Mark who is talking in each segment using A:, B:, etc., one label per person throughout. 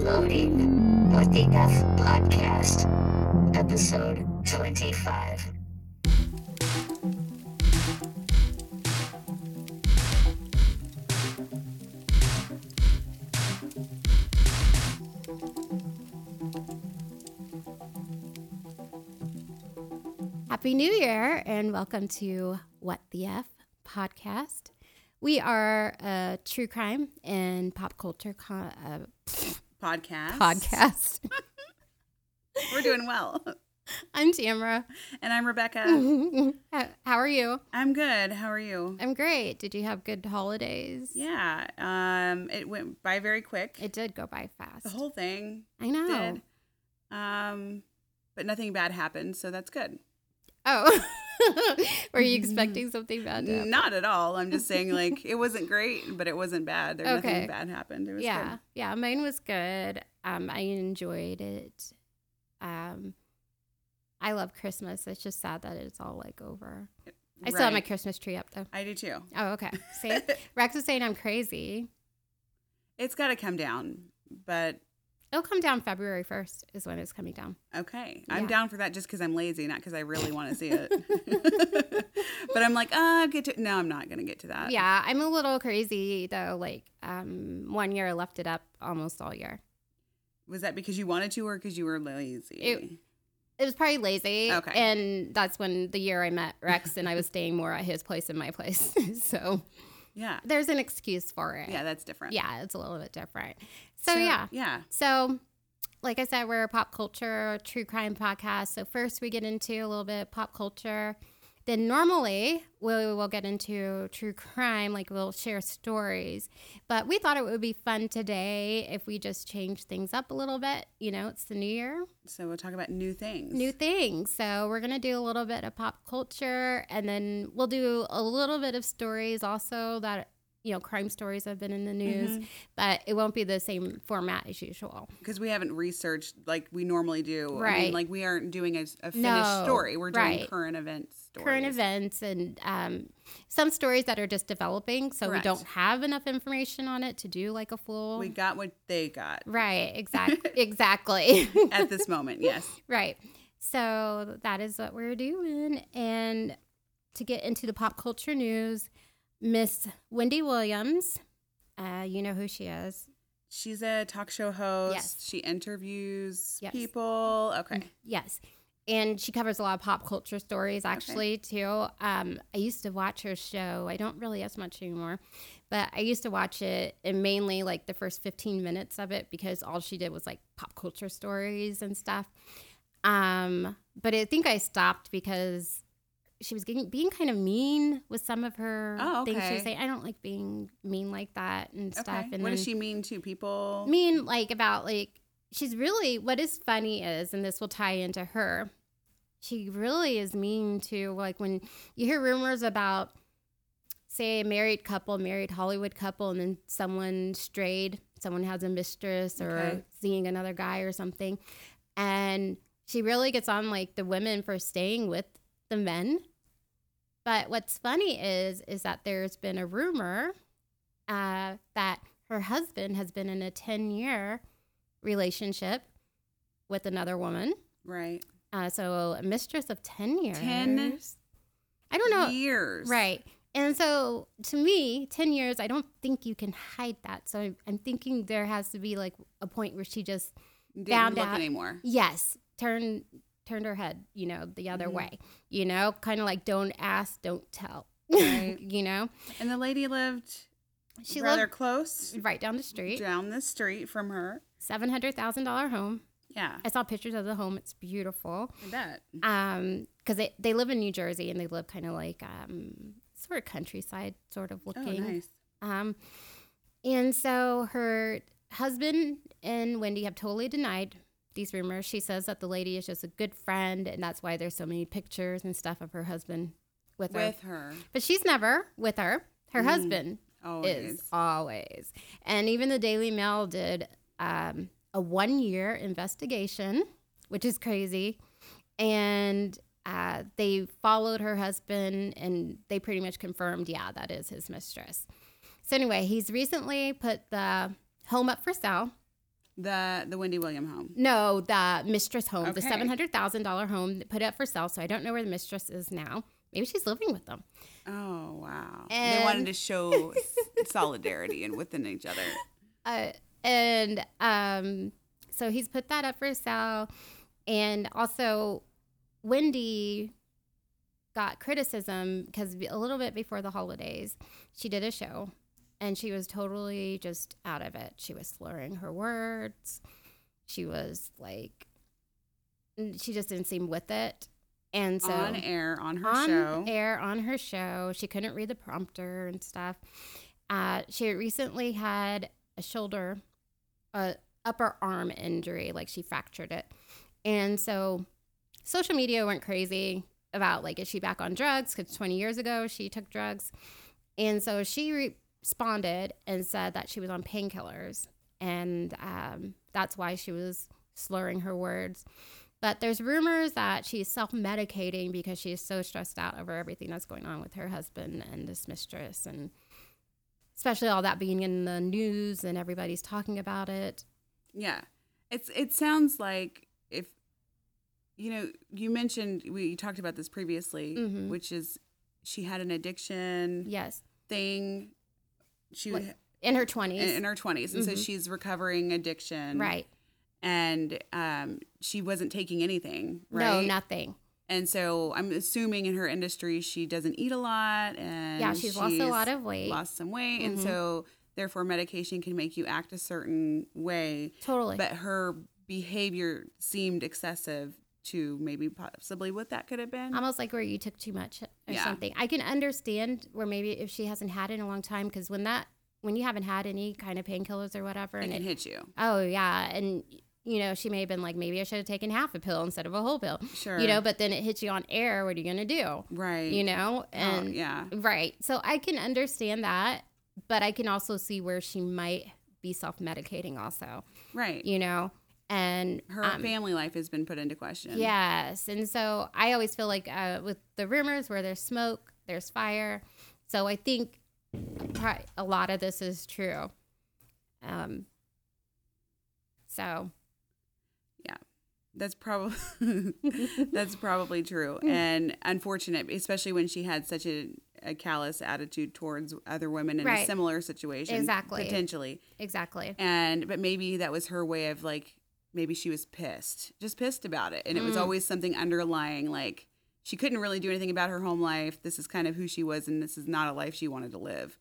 A: Loading with the F Podcast, episode 25.
B: Happy New Year and welcome to What the F podcast. We are a true crime and pop culture co- uh,
C: podcast.
B: podcast.
C: We're doing well.
B: I'm Tamara.
C: And I'm
B: Mm-hmm.
C: Rebecca.
B: How how are you?
C: I'm good. How are you?
B: I'm great. Did you have good holidays?
C: Yeah. Um it went by very quick.
B: It Oh. did go by fast.
C: the whole thing
B: I know.
C: did. Um but nothing bad happened, so that's good.
B: Oh. Were you expecting something bad to happen?
C: Not at all. I'm just saying like it wasn't great, but it wasn't bad. There
B: Okay.
C: nothing bad happened. It was
B: yeah yeah mine was good um i enjoyed it um i love christmas it's just sad that it's all like over
C: good.
B: i still have my
C: Right.
B: christmas tree up though
C: I do too.
B: oh okay see rex is saying i'm crazy
C: It's gotta come down. But
B: it'll come down february 1st is when it's coming down
C: Okay, I'm
B: Yeah.
C: down for that just because I'm lazy, not because I really want to see it. but I'm like, ah, I'll get to. No, I'm not gonna get to that.
B: yeah i'm a little crazy though like um one year I left it up almost all year
C: Was that because you wanted to or because you were lazy?
B: It- it was probably lazy
C: Okay.
B: and that's when the year i met rex and i was staying more at his place than my place so
C: yeah.
B: there's an excuse for it
C: Yeah, that's different.
B: yeah, it's a little bit different. So, yeah.
C: Yeah.
B: So, like I said, we're a pop culture, true crime podcast. So, first we get into a little bit of pop culture. Then, normally, we will get into true crime, like we'll share stories. But we thought it would be fun today if we just change things up a little bit. You know, it's the new year,
C: So we'll talk about new things.
B: new things. So, we're going to do a little bit of pop culture and then we'll do a little bit of stories also that, you know, crime stories have been in the news but it won't be the same format as usual.
C: Because we haven't researched like we normally do. I mean,
B: Right.
C: like we aren't doing a, a finished
B: No,
C: story. We're doing
B: right.
C: current events. Stories.
B: Current events and um, some stories that are just developing, so
C: Correct.
B: we don't have enough information on it to do like a full.
C: We got what they got
B: right, exactly, exactly,
C: at this moment. Yes.
B: right. So that is what we're doing, and to get into the pop culture news, Miss Wendy Williams, uh, you know who she is.
C: She's a talk show host.
B: Yes.
C: She interviews
B: Yes. Mm-hmm.
C: people. Okay.
B: Yes. And she covers a lot of pop culture stories, actually, too. Um, I used to watch her show. I don't really as much anymore, but I used to watch it and mainly like the first 15 minutes of it because all she did was like pop culture stories and stuff. Um, but I think I stopped because she was getting, being kind of mean with some of her
C: Oh,
B: things. She was
C: okay.
B: saying, I don't like being mean like that and stuff.
C: Okay.
B: And
C: what does
B: then-
C: she mean to people?
B: mean like about like she's really what is funny is and this will tie into her she really is mean to like when you hear rumors about say a married couple married hollywood couple and then someone strayed someone has a mistress or
C: Okay.
B: seeing another guy or something and she really gets on like the women for staying with the men but what's funny is is that there's been a rumor uh, that her husband has been in a 10 year relationship with another woman.
C: Right.
B: Uh, so a mistress of 10 years.
C: 10
B: I don't know.
C: Years.
B: Right. And so to me, 10 years, I don't think you can hide that. So I'm, I'm thinking there has to be like a point where she just,
C: Didn't
B: Found
C: look
B: out.
C: anymore.
B: yes, turn turned her head, you know, the other
C: Mhm.
B: way. You know, kind of like don't ask, don't tell.
C: Right.
B: you know?
C: And the lady lived
B: She
C: rather
B: lived
C: close
B: right down the street.
C: down the street from her.
B: $700,000 home.
C: Yeah,
B: I saw pictures of the home. It's beautiful.
C: I bet. Oh,
B: Um, because they, they live in New Jersey and they live kind of like um sort of countryside sort of
C: Oh,
B: looking.
C: nice.
B: Um, and so her husband and Wendy have totally denied these rumors. She says that the lady is just a good friend and that's why there's so many pictures and stuff of her husband with, her.
C: With her.
B: But she's never with her. Her husband
C: Oh, it
B: is
C: is.
B: always. And even the Daily Mail did um, a one year investigation, which is crazy. And uh, they followed her husband and they pretty much confirmed, yeah, that is his mistress. So, anyway, he's recently put the home up for sale
C: The the Wendy William home.
B: No, the mistress home, the
C: Okay.
B: seven hundred thousand dollar home that put up for sale. So I don't know where the mistress is now. Maybe she's living with them.
C: Oh wow. they
B: And-
C: wanted to show s- solidarity and within each other.
B: Uh, and um, so he's put that up for sale, and also Wendy got criticism because a little bit before the holidays, she did a show, and she was totally just out of it. She was slurring her words. She was like, she just didn't seem with it, and so
C: on air on her
B: on
C: show.
B: air on her show. She couldn't read the prompter and stuff. Uh, she had recently had a shoulder, a upper arm injury, like she fractured it, and so social media went crazy about like is she back on drugs? Because twenty years ago she took drugs, and so she re- responded and said that she was on painkillers, and um, that's why she was slurring her words. But there's rumors that she's self medicating because she is so stressed out over everything that's going on with her husband and this mistress, and especially all that being in the news and everybody's talking about it.
C: Yeah. It's it sounds like if you know, you mentioned we you talked about this previously,
B: Mhm.
C: which is she had an addiction
B: Yes,
C: thing. She
B: Like,
C: in,
B: in her 20s.
C: in her 20s and so
B: Mhm.
C: she's recovering addiction.
B: right.
C: And um she wasn't taking anything, right?
B: No, nothing.
C: And so I'm assuming in her industry she doesn't eat a lot and
B: yeah, she's, lost a lot of weight.
C: lost some weight and
B: Mhm.
C: so therefore medication can make you act a certain way
B: totally.
C: but her behavior seemed excessive to maybe possibly what that could have been
B: Almost like where you took too much or
C: Yeah.
B: something. I can understand where maybe if she hasn't had it in a long time, because when that, when you haven't had any kind of painkillers or whatever,
C: it
B: and
C: can
B: it
C: hit you
B: oh yeah and you know she may have been like maybe i should have taken half a pill instead of a whole pill
C: sure
B: you know but then it hits you on air what are you gonna do
C: right Oh,
B: you know and
C: yeah
B: right so i can understand that but i can also see where she might be self-medicating also
C: right
B: you know and
C: her
B: um,
C: family life has been put into question
B: Yes. And so I always feel like uh, with the rumors where there's smoke, there's fire. So I think pro- a lot of this is true. Um, so,
C: that's probably that's probably true
B: Hmm.
C: and unfortunate especially when she had such a, a callous attitude towards other women in a
B: Right.
C: similar situation
B: Exactly.
C: potentially
B: exactly.
C: and but maybe that was her way of like maybe she was pissed just pissed about it and it was
B: Mm.
C: always something underlying like she couldn't really do anything about her home life this is kind of who she was and this is not a life she wanted to live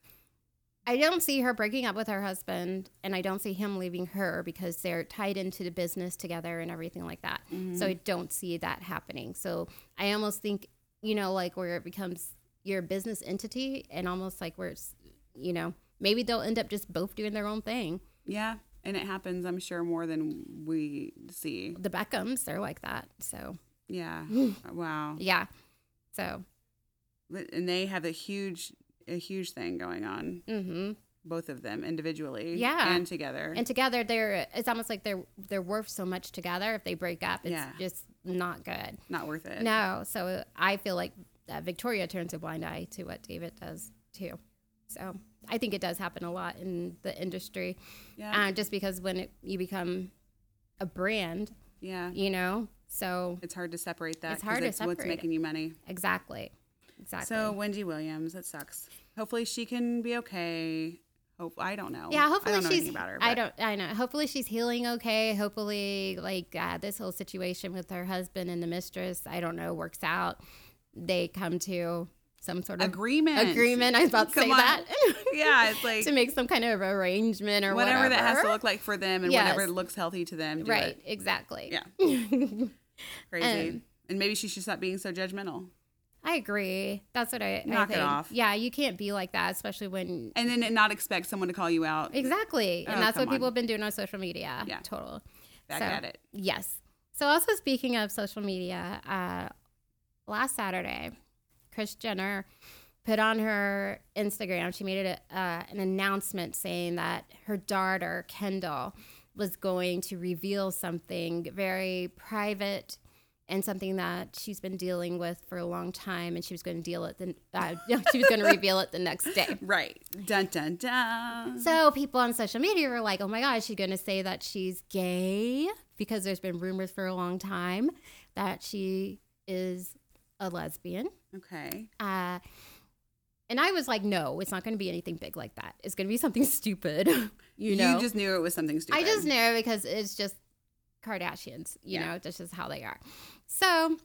B: I don't see her breaking up with her husband, and I don't see him leaving her because they're tied into the business together and everything like that. So I don't see that happening. So I almost think, you know, like where it becomes your business entity and almost like where it's, you know, maybe they'll end up just both doing their own thing.
C: yeah and it happens i'm sure more than we see
B: The Beckhams, they're like that. So
C: yeah wow
B: yeah. So,
C: But- and they have a huge a huge thing going on
B: mm-hmm.
C: both of them individually
B: Yeah.
C: and together
B: and together they're, it's almost like they're, they're worth so much together. If they break up, it's
C: Yeah.
B: just not good.
C: not worth it
B: No, so I feel like uh, Victoria turns a blind eye to what David does too. So I think it does happen a lot in the industry,
C: yeah
B: uh, just because when it, you become a brand,
C: yeah
B: you know. So
C: it's hard to separate that
B: It's hard to
C: because what's
B: separate it.
C: making you money
B: exactly, exactly.
C: So Wendy Williams, that sucks. Hopefully she can be okay. Hope I don't know.
B: yeah, hopefully
C: I don't know
B: she's.
C: anything about her.
B: I
C: but
B: don't. I know. Hopefully she's healing okay. Hopefully, like uh, this whole situation with her husband and the mistress, I don't know, works out. They come to some sort of
C: agreement.
B: agreement. I was about to
C: Come
B: say
C: on.
B: that.
C: Yeah, it's like
B: to make some kind of arrangement or
C: whatever,
B: whatever,
C: that has to look like for them and
B: Yes.
C: whatever looks healthy to them. do
B: right
C: it.
B: exactly
C: Yeah.
B: yeah
C: Crazy.
B: Um,
C: and maybe she should stop being so judgmental. I
B: i agree that's what i I
C: Knock it
B: think.
C: off.
B: yeah you can't be like that especially when
C: And then not expect someone to call you out
B: exactly and
C: Oh,
B: that's what
C: come
B: people
C: on.
B: have been doing on social media
C: Yeah.
B: total
C: back
B: So,
C: at it.
B: yes so also speaking of social media uh last saturday chris jenner put on her instagram she made it a, uh, an announcement saying that her daughter kendall was going to reveal something very private and something that she's been dealing with for a long time, and she was going to deal it. The uh, she was going to reveal it the next day.
C: Right. Dun dun dun.
B: So people on social media were like, "Oh my God, is she going to say that she's gay?" Because there's been rumors for a long time that she is a lesbian.
C: Okay.
B: Uh, and I was like, "No, it's not going to be anything big like that. It's going to be something stupid." you know,
C: just knew it was something stupid.
B: I just know because it's just Kardashians, you
C: Yeah.
B: know, that's just how they are. So,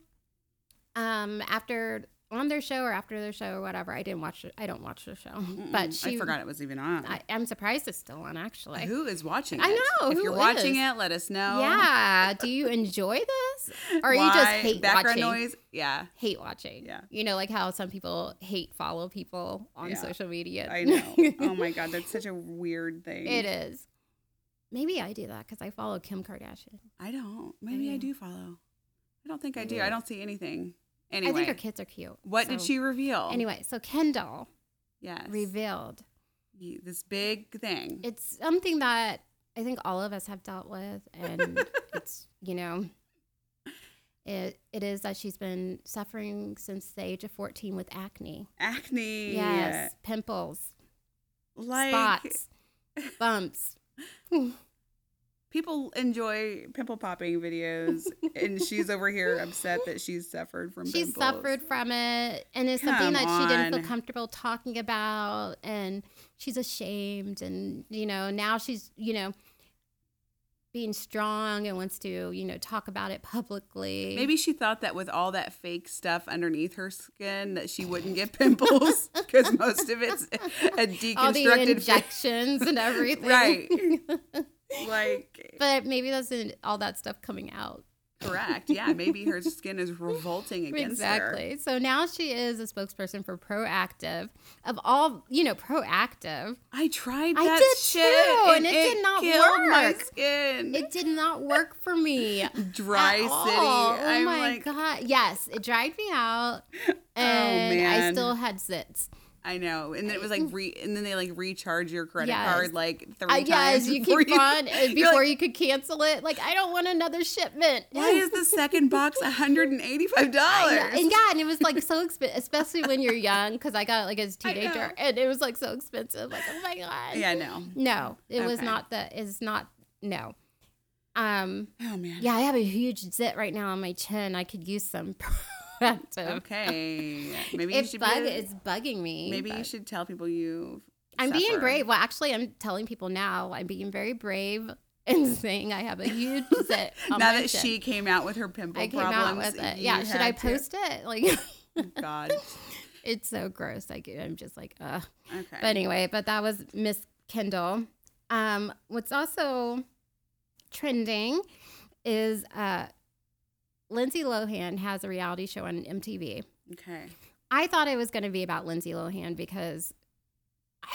B: um, after on their show or after their show or whatever, I didn't watch it. I don't watch the show, but
C: Mm,
B: she
C: I forgot it was even on.
B: I, am surprised it's still on actually.
C: who is watching? It?
B: I know,
C: If
B: who
C: you're watching
B: is?
C: it, let us know.
B: Yeah. Do you enjoy this, or you just
C: Why?
B: hate
C: background
B: watching?
C: noise? Yeah.
B: Hate watching.
C: Yeah.
B: You know, like how some people hate follow people on
C: Yeah.
B: social media.
C: I know. oh my god, that's such a weird thing.
B: it is. Maybe I do that because I follow Kim Kardashian.
C: I don't. Maybe I
B: Yeah.
C: do follow. I don't think I do.
B: Yeah.
C: I don't see anything. Anyway,
B: I think her kids are cute.
C: what did
B: so-
C: she reveal?
B: Anyway, so Kendall
C: yes,
B: revealed
C: Ye- this big thing.
B: it's something that I think all of us have dealt with, and it's you know, it it is that she's been suffering since the age of fourteen with acne.
C: Acne.
B: Yes, pimples,
C: Like
B: spots, bumps.
C: people enjoy pimple popping videos, and she's over here upset that she's suffered from.
B: She
C: pimples.
B: suffered from it, and it's
C: Come
B: something that she didn't
C: on.
B: feel comfortable talking about, and she's ashamed, and you know, now she's you know. Being strong and wants to, you know, talk about it publicly.
C: Maybe she thought that with all that fake stuff underneath her skin that she wouldn't get pimples because most of it's a deconstructed
B: all the injections and everything.
C: Right. like
B: But maybe that's in all that stuff coming out.
C: correct. Yeah, maybe her skin is revolting against her.
B: exactly. So now she is a spokesperson for Proactive. Of all, you know, Proactive.
C: I tried
B: I
C: that
B: did
C: shit
B: too, and it did not
C: killed my
B: work.
C: skin.
B: It did not work for me. at
C: Dry city.
B: all. Oh
C: I'm
B: my
C: like Oh,
B: god. Yes, it dried me out. And I
C: man.
B: still had zits.
C: I know. And then it was like re and then they like recharge your credit
B: Yes.
C: card like three
B: I
C: times.
B: guess you
C: before
B: keep on uh,
C: you're
B: before
C: like,
B: you could cancel it. Like I don't want another shipment.
C: why is the second box $185?
B: Yeah, and yeah, and it was like so expensive, especially when you're young, because I got it like as a
C: I know.
B: teenager, and it was like so expensive. Like, oh my god.
C: Yeah, no.
B: No, it was
C: Okay.
B: not the. It's not no. Um.
C: Oh man.
B: Yeah, I have a huge zit right now on my chin. I could use some proactive.
C: Okay. Maybe you
B: It's,
C: should
B: bug,
C: be,
B: it's bugging me.
C: Maybe you
B: but-
C: should tell people you.
B: I'm being
C: suffer.
B: brave. Well, actually, I'm telling people now. I'm being very brave and saying I have a huge zit.
C: Now
B: on my
C: that
B: chin.
C: she came out with her pimple
B: Oh, I came out
C: problems,
B: with it.
C: you
B: Yeah. Should I
C: had to- Oh,
B: post it? Like.
C: God.
B: It's so gross. Like I'm just like, ugh.
C: Okay.
B: But anyway, but that was Miss Kendall. Um, what's also trending is uh, Lindsay Lohan has a reality show on MTV.
C: okay.
B: I thought it was going to be about Lindsay Lohan because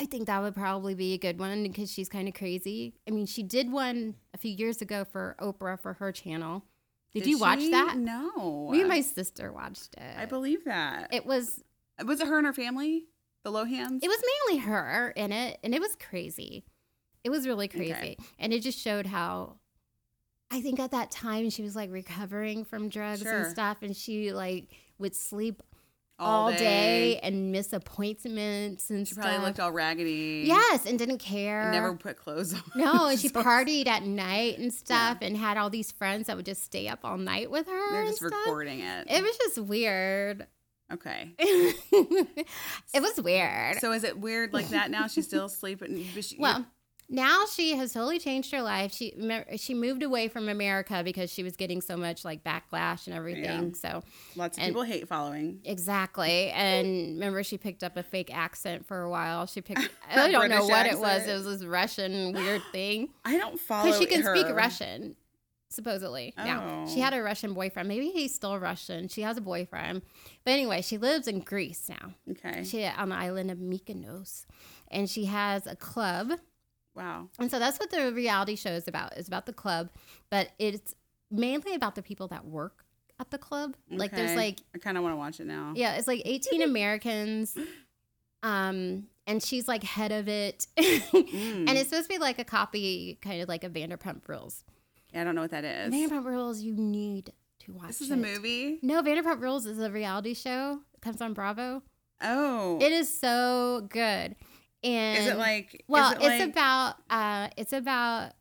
B: I think that would probably be a good one because she's kind of crazy. I mean, she did one a few years ago for Oprah for her channel. Did, you watch
C: she?
B: that?
C: No.
B: Me and my sister watched it.
C: I believe that.
B: it was
C: was it her and her family? The Lohans?
B: It was mainly her in it, and it was crazy. It was really crazy,
C: Okay.
B: and it just showed how. I think at that time she was like recovering from drugs
C: Sure.
B: and stuff, and she like would sleep all, day. and miss appointments and
C: She
B: stuff.
C: probably looked all raggedy.
B: yes, and didn't care.
C: And never put clothes on.
B: No, and she
C: So
B: partied at night and stuff, and had all these friends that would just stay up all night with her.
C: They're
B: and
C: just
B: stuff.
C: recording it.
B: It was just weird.
C: okay.
B: it was weird.
C: So is it weird like that now? She's still sleeping. but she-
B: Well, now she has totally changed her life. She me- she moved away from America because she was getting so much like backlash and everything. So
C: lots of
B: and-
C: people hate following.
B: exactly. And remember, she picked up a fake accent for a while. She picked I don't know
C: British
B: what it was. It
C: accent.
B: was this Russian weird thing
C: I don't follow
B: because she can speak
C: her.
B: Russian. Supposedly, now she
C: Oh.
B: had a Russian boyfriend. Maybe he's still Russian. She has a boyfriend, but anyway, she lives in Greece now.
C: Okay.
B: She uh, on the island of Mykonos, and she has a club
C: Wow.
B: And so that's what the reality show is about. It's about the club, but it's mainly about the people that work at the club. Like there's
C: Okay.
B: like
C: I kind of want to watch it now.
B: yeah, it's like 18 Americans. Um and she's like head of it.
C: Mm.
B: And it's supposed to be like a copy kind of like a Vanderpump Rules.
C: Yeah, I don't know what that is.
B: Vanderpump Rules you need to watch.
C: This is a
B: it.
C: movie.
B: No, Vanderpump Rules is a reality show. It comes on Bravo.
C: Oh,
B: It is so good. And
C: is it like?
B: well,
C: is it
B: it's
C: like-
B: about uh, it's about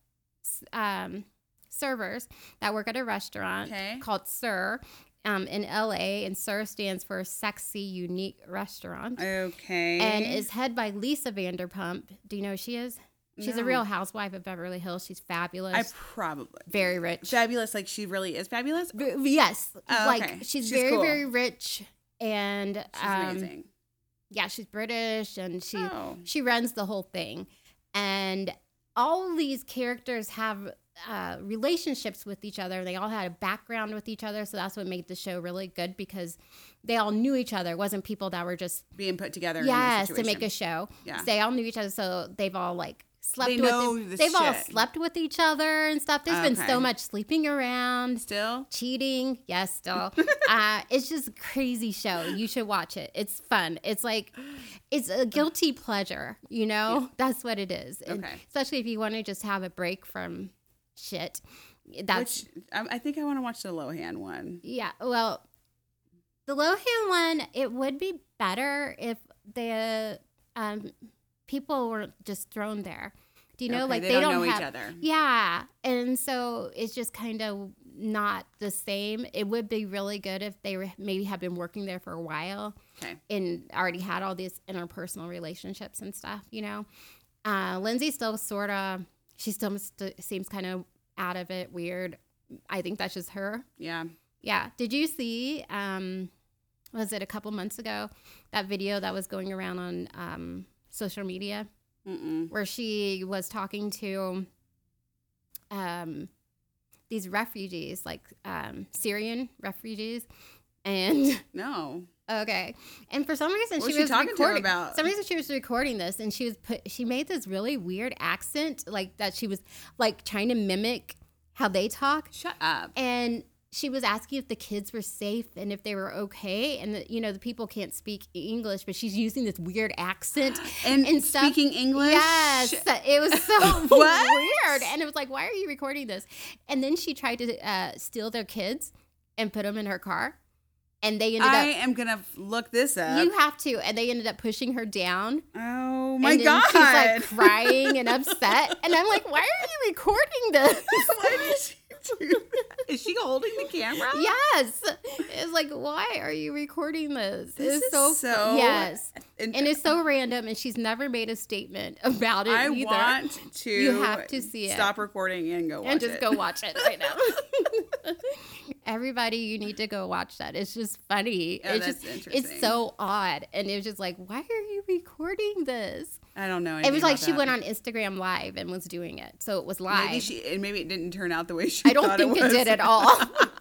B: s- um, servers that work at a restaurant
C: Okay.
B: called Sir um, in LA, and Sir stands for Sexy Unique Restaurant,
C: okay,
B: and is head by Lisa Vanderpump. Do you know who she is? She's
C: No.
B: a Real Housewife of Beverly Hills. She's fabulous,
C: I probably
B: very rich.
C: fabulous. Like she really is fabulous.
B: V- yes,
C: Oh,
B: like
C: okay.
B: she's,
C: She's
B: very
C: cool.
B: very rich, and
C: She's
B: um,
C: amazing.
B: yeah, she's British, and she
C: oh,
B: she runs the whole thing and all these characters have uh, relationships with each other they all had a background with each other so that's what made the show really good because they all knew each other it wasn't people that were just
C: being put together.
B: yes
C: in
B: to make a show
C: Yeah.
B: they all knew each other so they've all like slept
C: They
B: with e,
C: know the
B: they've all
C: shit.
B: slept with each other and stuff There's been
C: Okay.
B: so much sleeping around
C: Still,
B: cheating yes still uh, it's just a crazy show you should watch it it's fun it's like it's a guilty pleasure you know that's what it is And
C: Okay.
B: especially if you want to just have a break from shit that's
C: which I, I think I want to watch the Lohan one.
B: yeah well the lohan one it would be better if the um, people were just thrown there do you know
C: Okay,
B: like
C: they,
B: they,
C: don't, know
B: have,
C: each other.
B: yeah. And so it's just kind of not the same. It would be really good if they were, maybe have been working there for a while
C: Okay.
B: and already had all these interpersonal relationships and stuff, you know. Uh, Lindsay still sort of, she still st- seems kind of out of it, weird. I think that's just her.
C: Yeah.
B: Yeah. Did you see, um, was it a couple months ago, that video that was going around on um, social media?
C: Mm-mm.
B: where she was talking to um, these refugees, like um, Syrian refugees, and
C: No.
B: okay, and for some reason
C: What was
B: she
C: she
B: was
C: talking to her
B: recording.
C: about?
B: Some reason she was recording this, and she was put. She made this really weird accent, like that she was like trying to mimic how they talk,
C: Shut up.
B: and she was asking if the kids were safe and if they were okay and the, you know the people can't speak english but she's using this weird accent
C: And,
B: stuff.
C: speaking English.
B: Yes, it was so
C: What?
B: weird, and it was like, why are you recording this? And then she tried to uh, steal their kids and put them in her car, and they ended
C: I
B: up.
C: am gonna f- look this up.
B: You have to, and they ended up pushing her down.
C: oh my
B: and then
C: god!
B: she's like crying and upset, and I'm like, why are you recording this?
C: Why did she do that? Is she holding the camera?
B: yes, it's like, why are you recording this?
C: This
B: it's
C: is
B: so,
C: so-
B: yes,
C: And,
B: and it's so random, and she's never made a statement about it
C: I
B: either.
C: want to.
B: You have to see it.
C: Stop recording and go watch
B: and just
C: it.
B: go watch it right now. Everybody, you need to go watch that. It's just funny.
C: Oh,
B: it's
C: that's
B: just
C: interesting.
B: it's so odd. And it was just like, why are you recording this?
C: I don't know.
B: it was
C: anything
B: like
C: about
B: she
C: that.
B: went on Instagram live and was doing it. So it was live.
C: Maybe she and maybe it didn't turn out the way she.
B: I don't
C: thought
B: think
C: it,
B: it,
C: was.
B: did at all.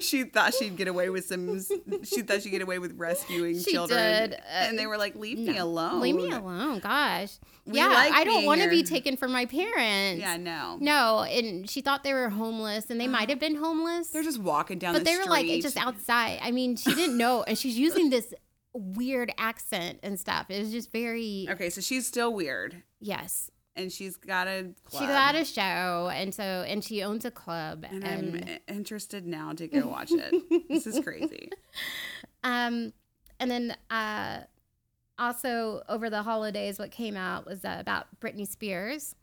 C: she thought she'd get away with some. She thought she'd get away with rescuing
B: She
C: children,
B: did, uh,
C: and they were like, "Leave me alone.
B: Leave me alone. Gosh.
C: We
B: yeah,
C: like
B: I don't
C: being
B: want to
C: your-
B: be taken from my parents.
C: Yeah, no.
B: No, and she thought they were homeless, and they might have been homeless.
C: Uh-huh. They're just walking down
B: but
C: the
B: they were like it's
C: street.
B: just outside i mean she didn't know and she's using this weird accent and stuff it was just very
C: Okay, so she's still weird,
B: yes
C: and she's got a. Club.
B: she got a show and so and she owns a club
C: And
B: and,
C: I'm i- interested now to go watch it. this is crazy.
B: um and then uh also over the holidays what came out was uh, about britney spears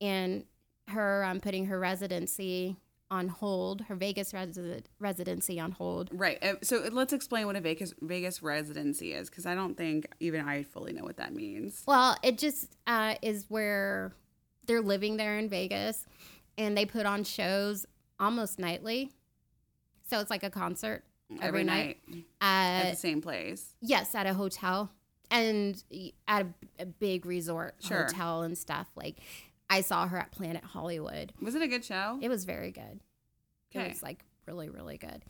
B: and her um, putting her residency on hold her vegas resi- residency on hold
C: Right. uh, So let's explain what a Vegas Vegas residency is, because I don't think even I fully know what that means.
B: Well, it just uh, is where they're living there in Vegas, and they put on shows almost nightly. So it's like a concert every, night.
C: at
B: Uh,
C: the same place.
B: yes, at a hotel and y- at a, a big resort
C: Sure.
B: hotel and stuff. Like I saw her at Planet Hollywood.
C: Was it a good show?
B: It was very good.
C: Okay.
B: It was like really, really good.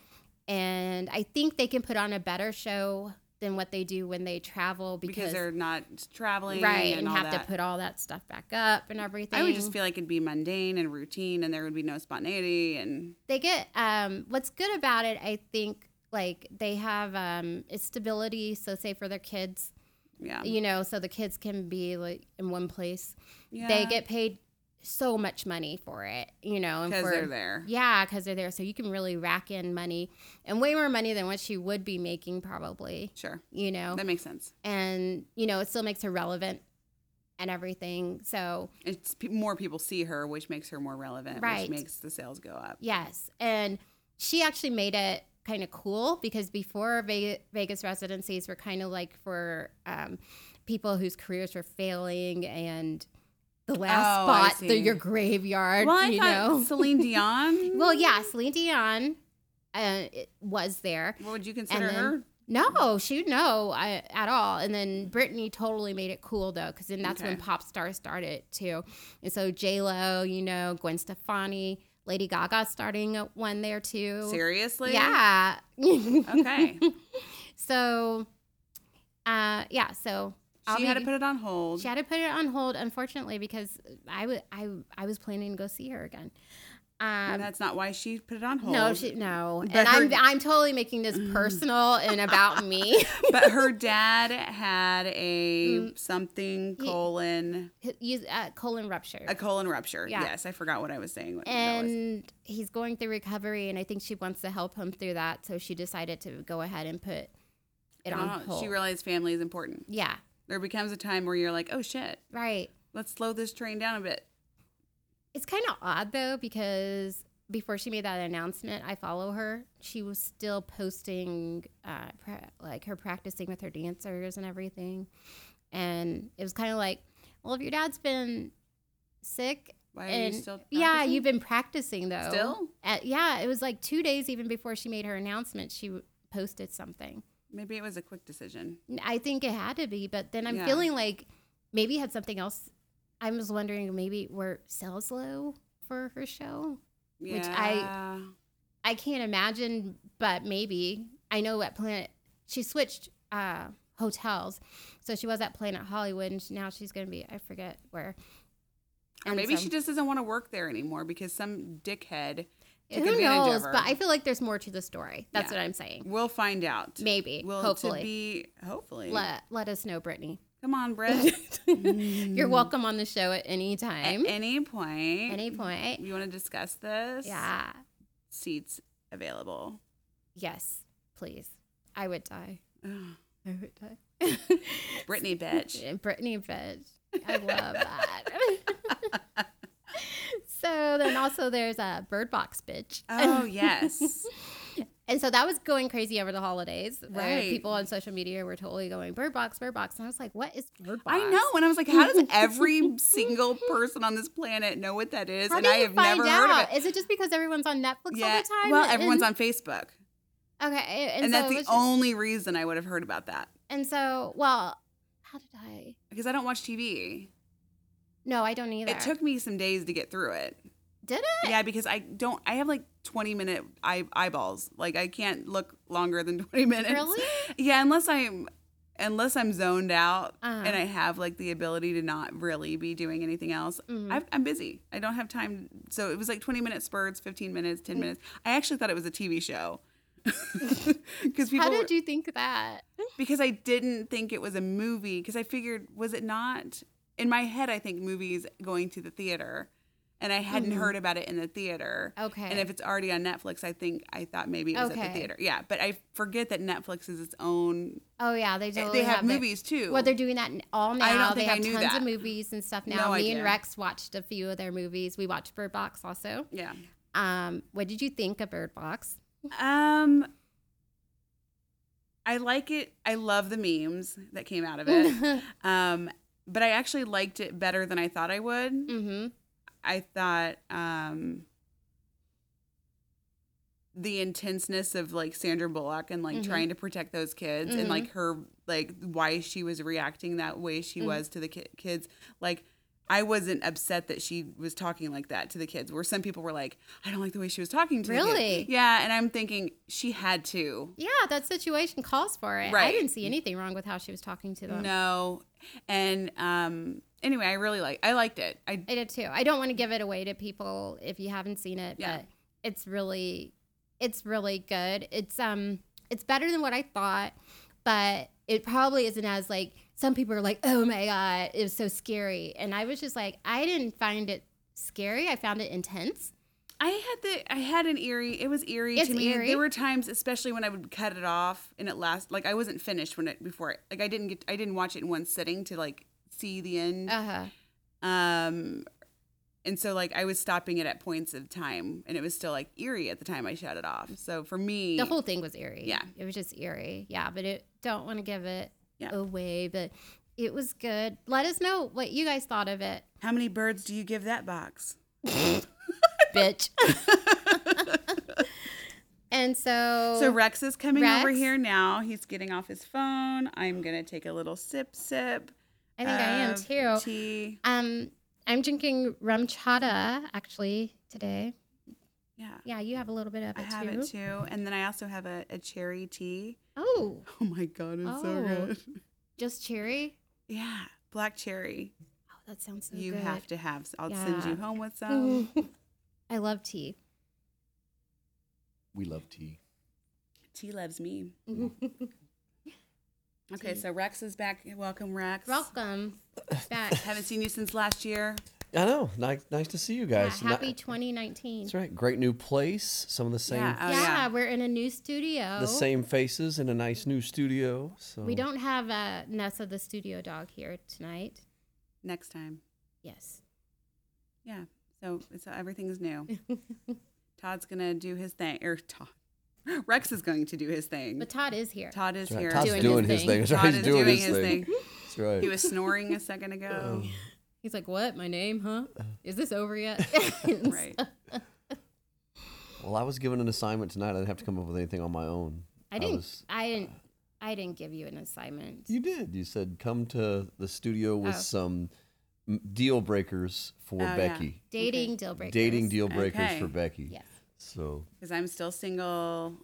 B: And I think they can put on a better show than what they do when they travel
C: because,
B: because,
C: they're not traveling,
B: right
C: and,
B: and
C: all
B: have
C: that.
B: to put all that stuff back up and everything.
C: I would just feel like it'd be mundane and routine, and there would be no spontaneity. And
B: they get um what's good about it i think like they have um it's stability so say for their kids
C: yeah,
B: you know so the kids can be like in one place
C: yeah.
B: they get paid so much money for it, you know, and
C: because
B: for
C: they're there.
B: yeah, because they're there, so you can really rack in money and way more money than what she would be making probably,
C: Sure,
B: you know,
C: that makes sense.
B: and you know it still makes her relevant and everything. So
C: It's pe- more people see her, which makes her more relevant,
B: Right.
C: which makes the sales go up.
B: Yes. And she actually made it kind of cool because before Ve- Vegas residencies were kind of like for um, people whose careers were failing and the last
C: Oh, I
B: spot, the,
C: see.
B: your graveyard,
C: Well, I
B: you
C: thought
B: know.
C: Celine Dion.
B: Well, yeah, Celine Dion uh, it was there.
C: what would you consider
B: then-
C: her?
B: No, she no I, at all. And then Britney totally made it cool though, because then that's when
C: Okay.
B: pop stars started too. And so J Lo, you know, Gwen Stefani, Lady Gaga starting at one there too.
C: Seriously?
B: Yeah.
C: Okay.
B: so, uh, yeah. So
C: she had to
B: be-
C: put it on hold.
B: she had to put it on hold, unfortunately, because I wa- I I was planning to go see her again.
C: and
B: Um,
C: that's not why she put it on hold.
B: no, she, no,
C: But
B: and I'm
C: her-
B: I'm totally making this personal and about me.
C: but her dad had a something
B: Mm. He-
C: colon
B: Use uh, colon rupture.
C: a colon rupture.
B: Yeah.
C: Yes, I forgot what I was saying. what that was.
B: and he's going through recovery, and I think she wants to help him through that. So she decided to go ahead and put it on
C: Oh,
B: hold.
C: she realized family is important.
B: yeah,
C: There becomes a time where you're like, oh shit,
B: right.
C: let's slow this train down a bit.
B: It's kind of odd though because before she made that announcement, I follow her. She was still posting, uh, pra- like her practicing with her dancers and everything, and it was kind of like, well, if your dad's been sick,
C: Why are
B: and
C: you still?
B: yeah,
C: practicing?
B: you've been practicing though.
C: Still?
B: Uh, yeah, it was like two days even before she made her announcement. She w- posted something.
C: Maybe it was a quick decision.
B: I think it had to be, but then I'm
C: Yeah.
B: feeling like maybe it had something else. I was wondering maybe were sales low for her show.
C: Yeah.
B: Which I- I can't imagine, but maybe I know at Planet she switched uh, hotels, so she was at Planet Hollywood, and now she's gonna be I forget where.
C: or
B: And
C: maybe
B: so-
C: she just doesn't want to work there anymore because some dickhead took
B: who
C: advantage
B: knows,
C: of her.
B: but I feel like there's more to the story. That's
C: Yeah.
B: what I'm saying.
C: we'll find out.
B: Maybe,
C: Well,
B: hopefully,
C: to be hopefully.
B: let let us know, Brittany.
C: Come on, Brett.
B: You're welcome on the show at any
C: At
B: time,
C: any point,
B: any point.
C: you want to discuss this?
B: Yeah.
C: Seats available.
B: Yes, please. I would die.
C: Ugh,
B: I would die.
C: Brittany, bitch.
B: Yeah, Brittany Fitch. I love that. so then also there's a Bird Box bitch.
C: Oh yes.
B: And so that was going crazy over the holidays where
C: Right.
B: people on social media were totally going Bird Box, Bird Box. And I was like, what is Bird Box?
C: I know. And I was like, how does every single person on this planet know what that is?
B: How
C: and
B: do
C: I
B: you
C: have
B: find
C: never
B: out?
C: heard of it.
B: Is it just because everyone's on Netflix all the time?
C: Well, everyone's on Facebook.
B: Okay. And,
C: And,
B: so
C: that's
B: it
C: the
B: was just-
C: only reason I would have heard about that.
B: And so, well, how did I?
C: Because I don't watch TV.
B: No, I don't either.
C: It took me some days to get through it.
B: Did it?
C: Yeah, because I don't. I have like twenty minute eye, eyeballs. Like I can't look longer than twenty minutes.
B: Really?
C: Yeah, unless I'm unless I'm zoned out
B: Uh-huh.
C: and I have like the ability to not really be doing anything else.
B: Mm.
C: I've, I'm busy. I don't have time. So it was like twenty minute spurts, fifteen minutes, ten
B: Mm.
C: minutes. I actually thought it was a TV show. Because people,
B: How
C: were-
B: did you think that?
C: because I didn't think it was a movie. Because I figured, was it not? In my head, I think movies going to the theater, and I hadn't heard about it in the theater.
B: Mm-hmm. Okay.
C: And if it's already on Netflix, I think I thought maybe it was at
B: Okay.
C: the theater. Yeah, but I forget that Netflix is its own. eh,
B: Oh yeah, they totally
C: they have,
B: it.
C: movies too.
B: Well, they're doing that n- all now.
C: I don't
B: they
C: think I
B: have
C: knew
B: tons
C: that.
B: of movies and stuff now.
C: No
B: Me
C: idea.
B: and Rex watched a few of their movies. We watched Bird Box also.
C: yeah.
B: Um, what did you think of Bird Box?
C: Um, I like it. I love the memes that came out of it. um, but I actually liked it better than I thought I would.
B: Mm-hmm.
C: I thought um the intenseness of like Sandra Bullock and like trying to protect those kids and like her like why she was reacting that way she was to the ki- kids like I wasn't upset that she was talking like that to the kids where some people were like I don't like the way she was talking to the kids."
B: Really?
C: yeah and I'm thinking she had to
B: Yeah, that situation calls for it. I
C: Right.
B: didn't see anything wrong with how she was talking to them.
C: no and um anyway I really like I liked it I
B: I did too. I don't want to give it away to people if you haven't seen it,
C: Yeah.
B: but it's really it's really good. It's um it's better than what I thought, but it probably isn't as like some people are like, "Oh my god, it was so scary." And I was just like, I didn't find it scary. I found it intense.
C: I had the I had an eerie. It was eerie
B: It's
C: to me.
B: eerie.
C: There were times, especially when I would cut it off and it last like I wasn't finished when it before. I, like I didn't get I didn't watch it in one sitting to like see the end.
B: Uh huh.
C: Um, and so like I was stopping it at points of time, and it was still like eerie at the time I shut it off. So for me,
B: The whole thing was eerie.
C: Yeah.
B: It was just eerie. Yeah, but it don't want to give it
C: Yeah.
B: away, but it was good. Let us know what you guys thought of it,
C: how many birds do you give that box?
B: bitch. and so,
C: So Rex is coming over
B: Oh. Rex?
C: here now. He's getting off his phone. I'm gonna take a little sip, sip.
B: I think I am
C: of
B: too.
C: Tea.
B: Um, I'm drinking rum chata actually today.
C: Yeah,
B: Yeah, you have a little bit of it
C: I have
B: too.
C: it too. And then I also have a, a cherry tea.
B: Oh,
C: Oh my god, it's so
B: Oh.
C: good.
B: just cherry.
C: Yeah, black cherry.
B: Oh, that sounds so
C: you
B: good.
C: have um, to have. I'll send
B: Yeah. Oh.
C: you home with some.
B: I love tea.
D: We love tea.
C: tea loves me.
B: Mm-hmm.
C: Okay, so Rex is back. Welcome, Rex.
B: Welcome back.
C: Haven't seen you since last year.
D: I know. Nice, nice to see you guys.
B: Yeah, happy
D: Ni-
B: 2019.
D: That's right. Great new place. Some of the same,
C: Yeah. Oh,
B: yeah, we're in a new studio.
D: the same faces in a nice new studio. So
B: We don't have uh, Nessa, the studio dog, here tonight.
C: Next time.
B: Yes.
C: Yeah. So it's everything's new. Todd's gonna do his thing. Or Todd. Rex is going to do his thing.
B: But Todd is here.
C: Todd is
D: That's right.
C: here.
D: Todd's
B: Doing
D: doing,
B: his
D: his
B: thing.
D: thing. That's right.
C: Todd
D: He's
C: is
D: doing, his thing. Oh. That's right.
C: He was snoring a second ago.
B: He's like, what? My name, huh?
D: Uh,
B: Is this over yet?
C: right.
D: well, I was given an assignment tonight. I didn't have to come up with anything on my own.
B: I didn't. I,
D: was- uh,
B: didn't. I didn't give you an assignment.
D: You did. You said come to the studio with
B: Oh.
D: some m- deal breakers for
C: yeah.
D: Becky.
B: Dating deal breakers.
D: Dating deal breakers
C: Okay.
D: for Becky.
B: Yes.
D: So
C: Because I'm still single.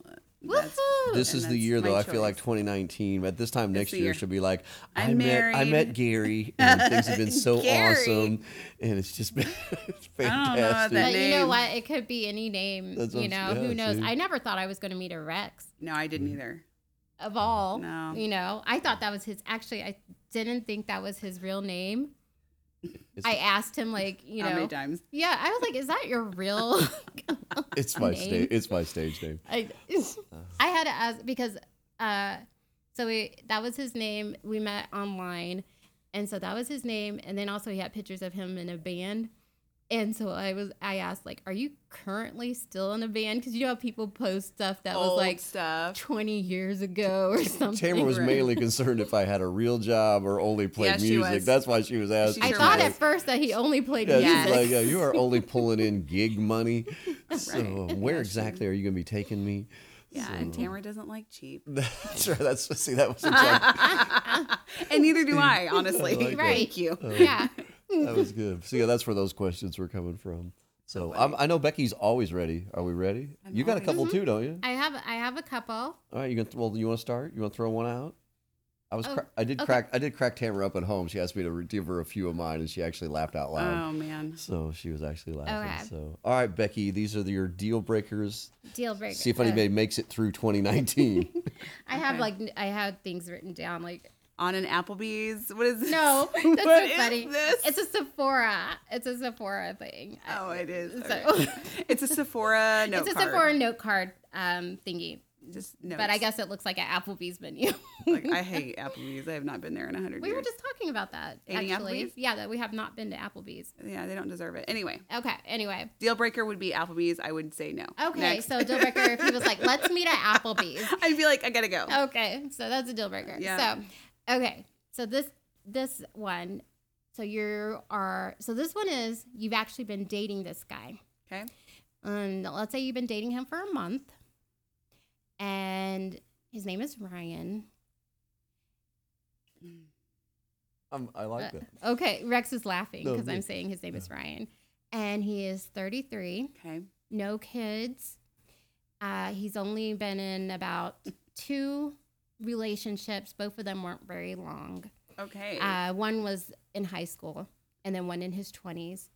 C: That's-
B: Woohoo!
D: this
C: And
D: is
C: that's
D: the year,
C: my
D: though. I feel like
C: choice.
D: 2019. At this time next
C: the
D: year,
C: year.
D: she'll be like, I
C: I'm
D: met, I
C: married."
D: met Gary, and things have been so
C: Gary.
D: awesome, and it's just been it's
C: don't know what
B: but
D: fantastic.
C: that-
B: you know
C: name.
B: what? It could be any name.
D: That's what
B: you know,
D: I'm-
B: who
D: yeah,
B: knows?
D: see?
B: I never thought I was going to meet a Rex.
C: No, I
D: Mm.
C: didn't either.
B: of all.
C: No.
B: You know, I thought that was his. Actually, I didn't think that was his real name. I asked him, like, you
C: How
B: know,
C: many times?
B: yeah, I was like, is that your real?
D: it's my
B: name.
D: stage. It's my stage name.
B: I, I had to ask because, uh, so we that was his name. We met online, and so that was his name. And then also he had pictures of him in a band. And so I was, I asked, like, are you currently still in a band? Because you know how people post stuff that
D: Oh,
B: was
C: Old
B: like
C: stuff.
B: 20 years ago or something.
D: Tamara was
C: Right.
D: mainly concerned if I had a real job or only played
C: Yeah, she
D: music.
C: was.
D: That's why she was asking.
B: I
C: Sure
B: thought
C: was.
B: at first that he only played
D: Yeah,
B: music.
D: she's like, yeah, you are only pulling in gig money. So where exactly are you going to be taking me?
C: Yeah, and
D: Mm-hmm.
C: Tamara doesn't like cheap.
D: That's right. That's see, that was exactly,
C: and neither do I, honestly.
D: like that.
B: Right.
C: Thank you.
D: uh,
B: yeah.
D: that was good. So yeah, that's where those questions were coming from. So I'm, I know Becky's always ready. Are we ready? you got a
C: always-
D: couple too, don't you?
B: I have I have a couple.
D: All right, you gonna well, you want to start? You want to throw one out? I was
B: Oh,
D: cra- I did
B: okay.
D: crack I did crack Tamara up at home. She asked me to re- give her a few of mine, and she actually laughed out loud.
C: Oh man.
D: So she was actually laughing.
B: Okay.
D: So all right, Becky, these are the, your deal breakers.
B: Deal breaker.
D: See if
B: Uh,
D: anybody makes it through 2019.
B: I have like n- I had things written down like
C: On an Applebee's. What is this?
B: no, that's so
C: What is
B: funny.
C: this?
B: It's a Sephora. It's a Sephora thing.
C: Oh, it is.
B: So-
C: Okay. it's a Sephora note
B: it's a
C: card.
B: Sephora note card um thingy.
C: Just notes.
B: But I guess it looks like an Applebee's menu.
C: like, I hate Applebee's. I have not been there in a hundred
B: we
C: years.
B: were just talking about that
C: Eating
B: actually.
C: Applebee's?
B: Yeah, that we have not been to Applebee's.
C: yeah, they don't deserve it. Anyway,
B: Okay. Anyway.
C: deal breaker would be Applebee's. I would say no.
B: Okay.
C: Next.
B: So deal breaker. If Oh. he was like, let's meet at Applebee's.
C: I'd be like, I gotta go.
B: Okay, so that's a deal breaker.
C: Yeah.
B: So, okay, so this this one, so you are so this one is you've actually been dating this guy,
C: Okay.
B: and Um, let's say you've been dating him for a month, and his name is Ryan.
D: Um, I like that.
B: Okay, Rex is laughing
D: No,
B: because
D: me.
B: I'm saying his name is Ryan, and he is 33,
C: Okay.
B: no kids. Uh, he's only been in about two relationships. Both of them weren't very long.
C: Okay.
B: Uh, one was in high school, and then one in his twenties.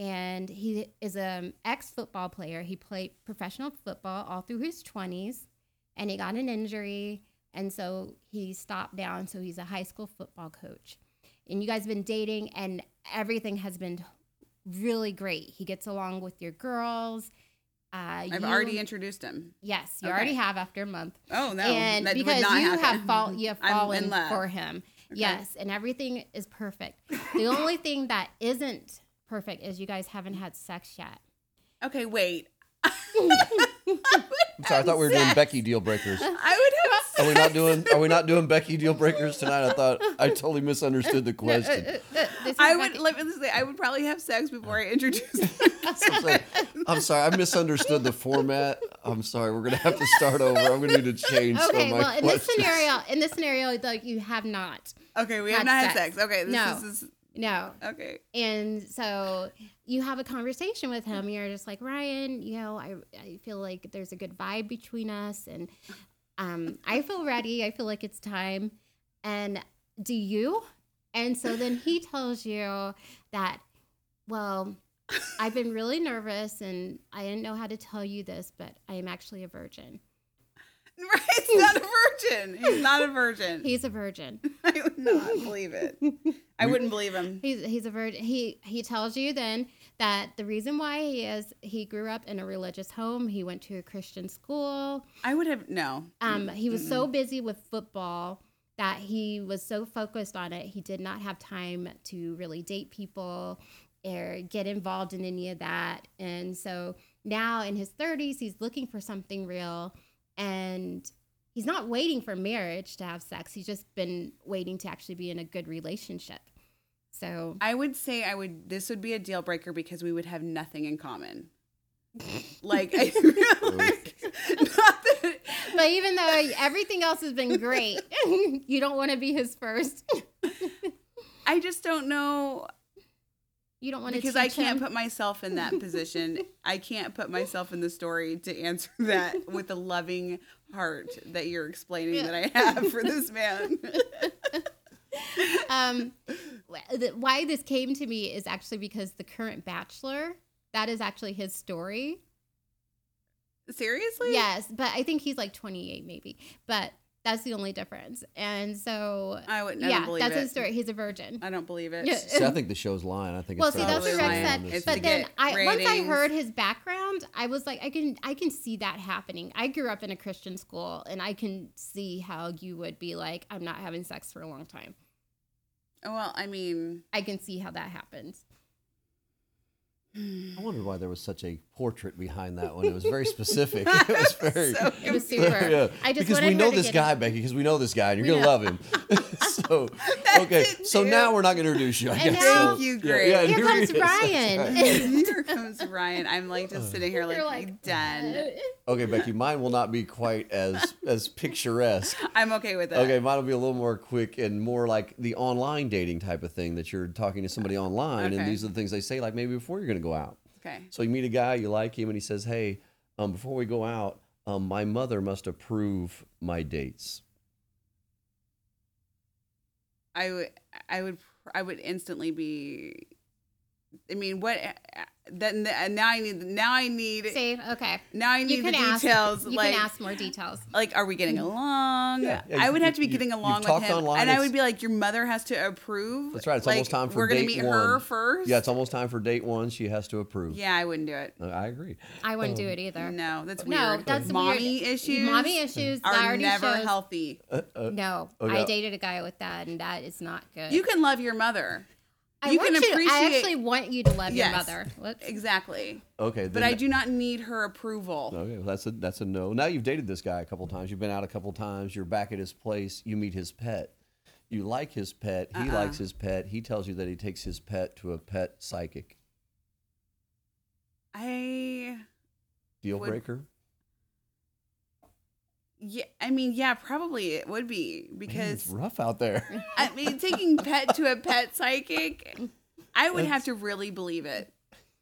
B: And he is an ex football player. He played professional football all through his twenties, and he got an injury, and so he stopped down. So he's a high school football coach, and you guys have been dating, and everything has been really great. He gets along with your girls. Uh,
C: I've already introduced him.
B: yes, you
C: Okay.
B: already have after a month.
C: Oh no,
B: and
C: that
B: because
C: would not
B: you
C: happen.
B: have fall, you have
C: I'm in
B: fallen
C: love.
B: for him. Yes, and everything is perfect. The only thing that isn't perfect is you guys haven't had sex yet.
C: Okay, wait.
D: I'm sorry, I thought we were doing Becky deal breakers.
C: I would have.
D: Are we not doing? Are we not doing Becky deal breakers tonight? I thought I totally misunderstood the question.
C: Uh, I would let me just say I would probably have sex before I introduced.
D: I'm sorry. I'm sorry, I misunderstood the format. I'm sorry, we're gonna have to start over. I'm gonna need to change. some
B: Okay,
D: of my
B: well, in this
D: questions.
B: scenario, in this scenario, like you have not.
C: okay, we have
B: Had
C: not had
B: sex.
C: sex. Okay, this
B: No.
C: is, this is
B: No,
C: okay.
B: And so you have a conversation with him. You're just like, Ryan, you know, I, I feel like there's a good vibe between us. And um, I feel ready. I feel like it's time. And do you? And so then he tells you that, well, I've been really nervous and I didn't know how to tell you this, but I am actually a virgin.
C: Right, he's not a virgin. He's not a virgin.
B: He's a virgin.
C: I would not believe it. I wouldn't believe him.
B: He's he's a virgin. He he tells you then that the reason why he is he grew up in a religious home. He went to a Christian school.
C: I would have no.
B: Um, he was so busy with football that he was so focused on it. He did not have time to really date people or get involved in any of that. And so now in his 30s, he's looking for something real and he's not waiting for marriage to have sex. He's just been waiting to actually be in a good relationship. So
C: I would say I would. This would be a deal breaker because we would have nothing in common. like, I feel like not that.
B: But even though everything else has been great, you don't want to be his first.
C: I just don't know
B: You don't want to
C: because I can't put myself in that position. I can't put myself in the story to answer that with the loving heart that you're explaining that I have for this man.
B: um, wh- th- why this came to me is actually because the current bachelor that is actually his story.
C: Seriously?
B: Yes, but I think he's like 28 maybe. But that's the only difference. And so
C: I would never
B: yeah,
C: believe
B: that's
C: it.
B: his story. He's a virgin.
C: I don't believe it.
B: Yeah.
D: See, I think the show's lying. I think
B: Well,
D: it's
B: see, that's
D: obvious
B: what
C: Absolutely
B: Rex
D: lying
C: lying.
D: on
B: said.
D: this
C: It's
B: but
D: thing.
C: to
B: then
C: get
B: I once I
C: ratings.
B: heard his background, I was like, I can I can see that happening. I grew up in a Christian school, and I can see how you would be like, I'm not having sex for a long time.
C: Well, I mean,
B: I can see how that happens.
D: I wondered why there was such a portrait behind that one. It was very specific. It was very.
C: so
B: It was
C: confused.
B: super.
D: yeah,
B: I just
D: because
B: wanted
D: we
B: her
D: know
B: to
D: this
B: get-
D: guy, Becky. Because we know this guy, and you're
B: We
D: gonna
B: know.
D: love him. so okay, so
C: it.
D: now we're not gonna introduce you. I
B: And
D: guess.
B: now-
D: So,
B: Thank
C: you,
D: yeah,
C: Grace.
D: yeah,
B: Here
D: he
B: comes
D: is.
B: Ryan.
C: Here comes Ryan. I'm like just sitting here like,
B: You're like,
C: done.
D: Okay, Becky, mine will not be quite as as picturesque.
C: I'm okay with that.
D: Okay, mine will be a little more quick and more like the online dating type of thing that you're talking to somebody online, and
C: Okay.
D: these are the things they say, like maybe before you're gonna go out.
C: Okay.
D: So you meet a guy, you like him, and he says, "Hey, um, before we go out, um, my mother must approve my dates."
C: I would I would pr- I would instantly be I mean, what uh, then the, now I need now I need
B: Safe. Okay.
C: now I need
B: You
C: the
B: can ask.
C: details
B: You
C: like
B: can ask more details.
C: like are we getting along?
D: Yeah, yeah,
C: I would
D: you-
C: have to be
D: you-
C: getting
D: you've
C: along with
D: talked
C: him,
D: online,
C: and I
D: it's-
C: would be like, "Your mother has to approve."
D: That's right. It's
C: Like,
D: almost time for
C: we're gonna
D: date
C: meet
D: one.
C: her first.
D: Yeah, it's almost time for date one. She has to approve.
C: yeah, I wouldn't do it.
D: Uh, I agree.
B: I wouldn't do it either.
C: No, that's weird.
B: No, that's
C: mommy
B: weird.
C: issues.
B: Mommy issues. that
C: are
B: already
C: never
B: shows-
C: healthy.
B: No,
D: Okay.
B: I dated a guy with that, and that is not good.
C: You can love your mother.
B: I
C: you
B: want
C: can
B: you to- I
C: appreciate-
B: actually want you to love
C: Yes.
B: your mother. Let's-
C: Exactly.
D: Okay,
C: But I do not need her approval.
D: Okay, well, that's a that's a no. Now you've dated this guy a couple times. You've been out a couple times. You're back at his place. You meet his pet. You like his pet.
C: Uh-uh.
D: He likes his pet. He tells you that he takes his pet to a pet psychic.
C: I
D: Deal
C: Would-
D: breaker.
C: yeah, I mean, yeah, probably it would be
D: Man, it's
C: because
D: rough out there.
C: I mean, taking pet to a pet psychic, I would have to really believe it.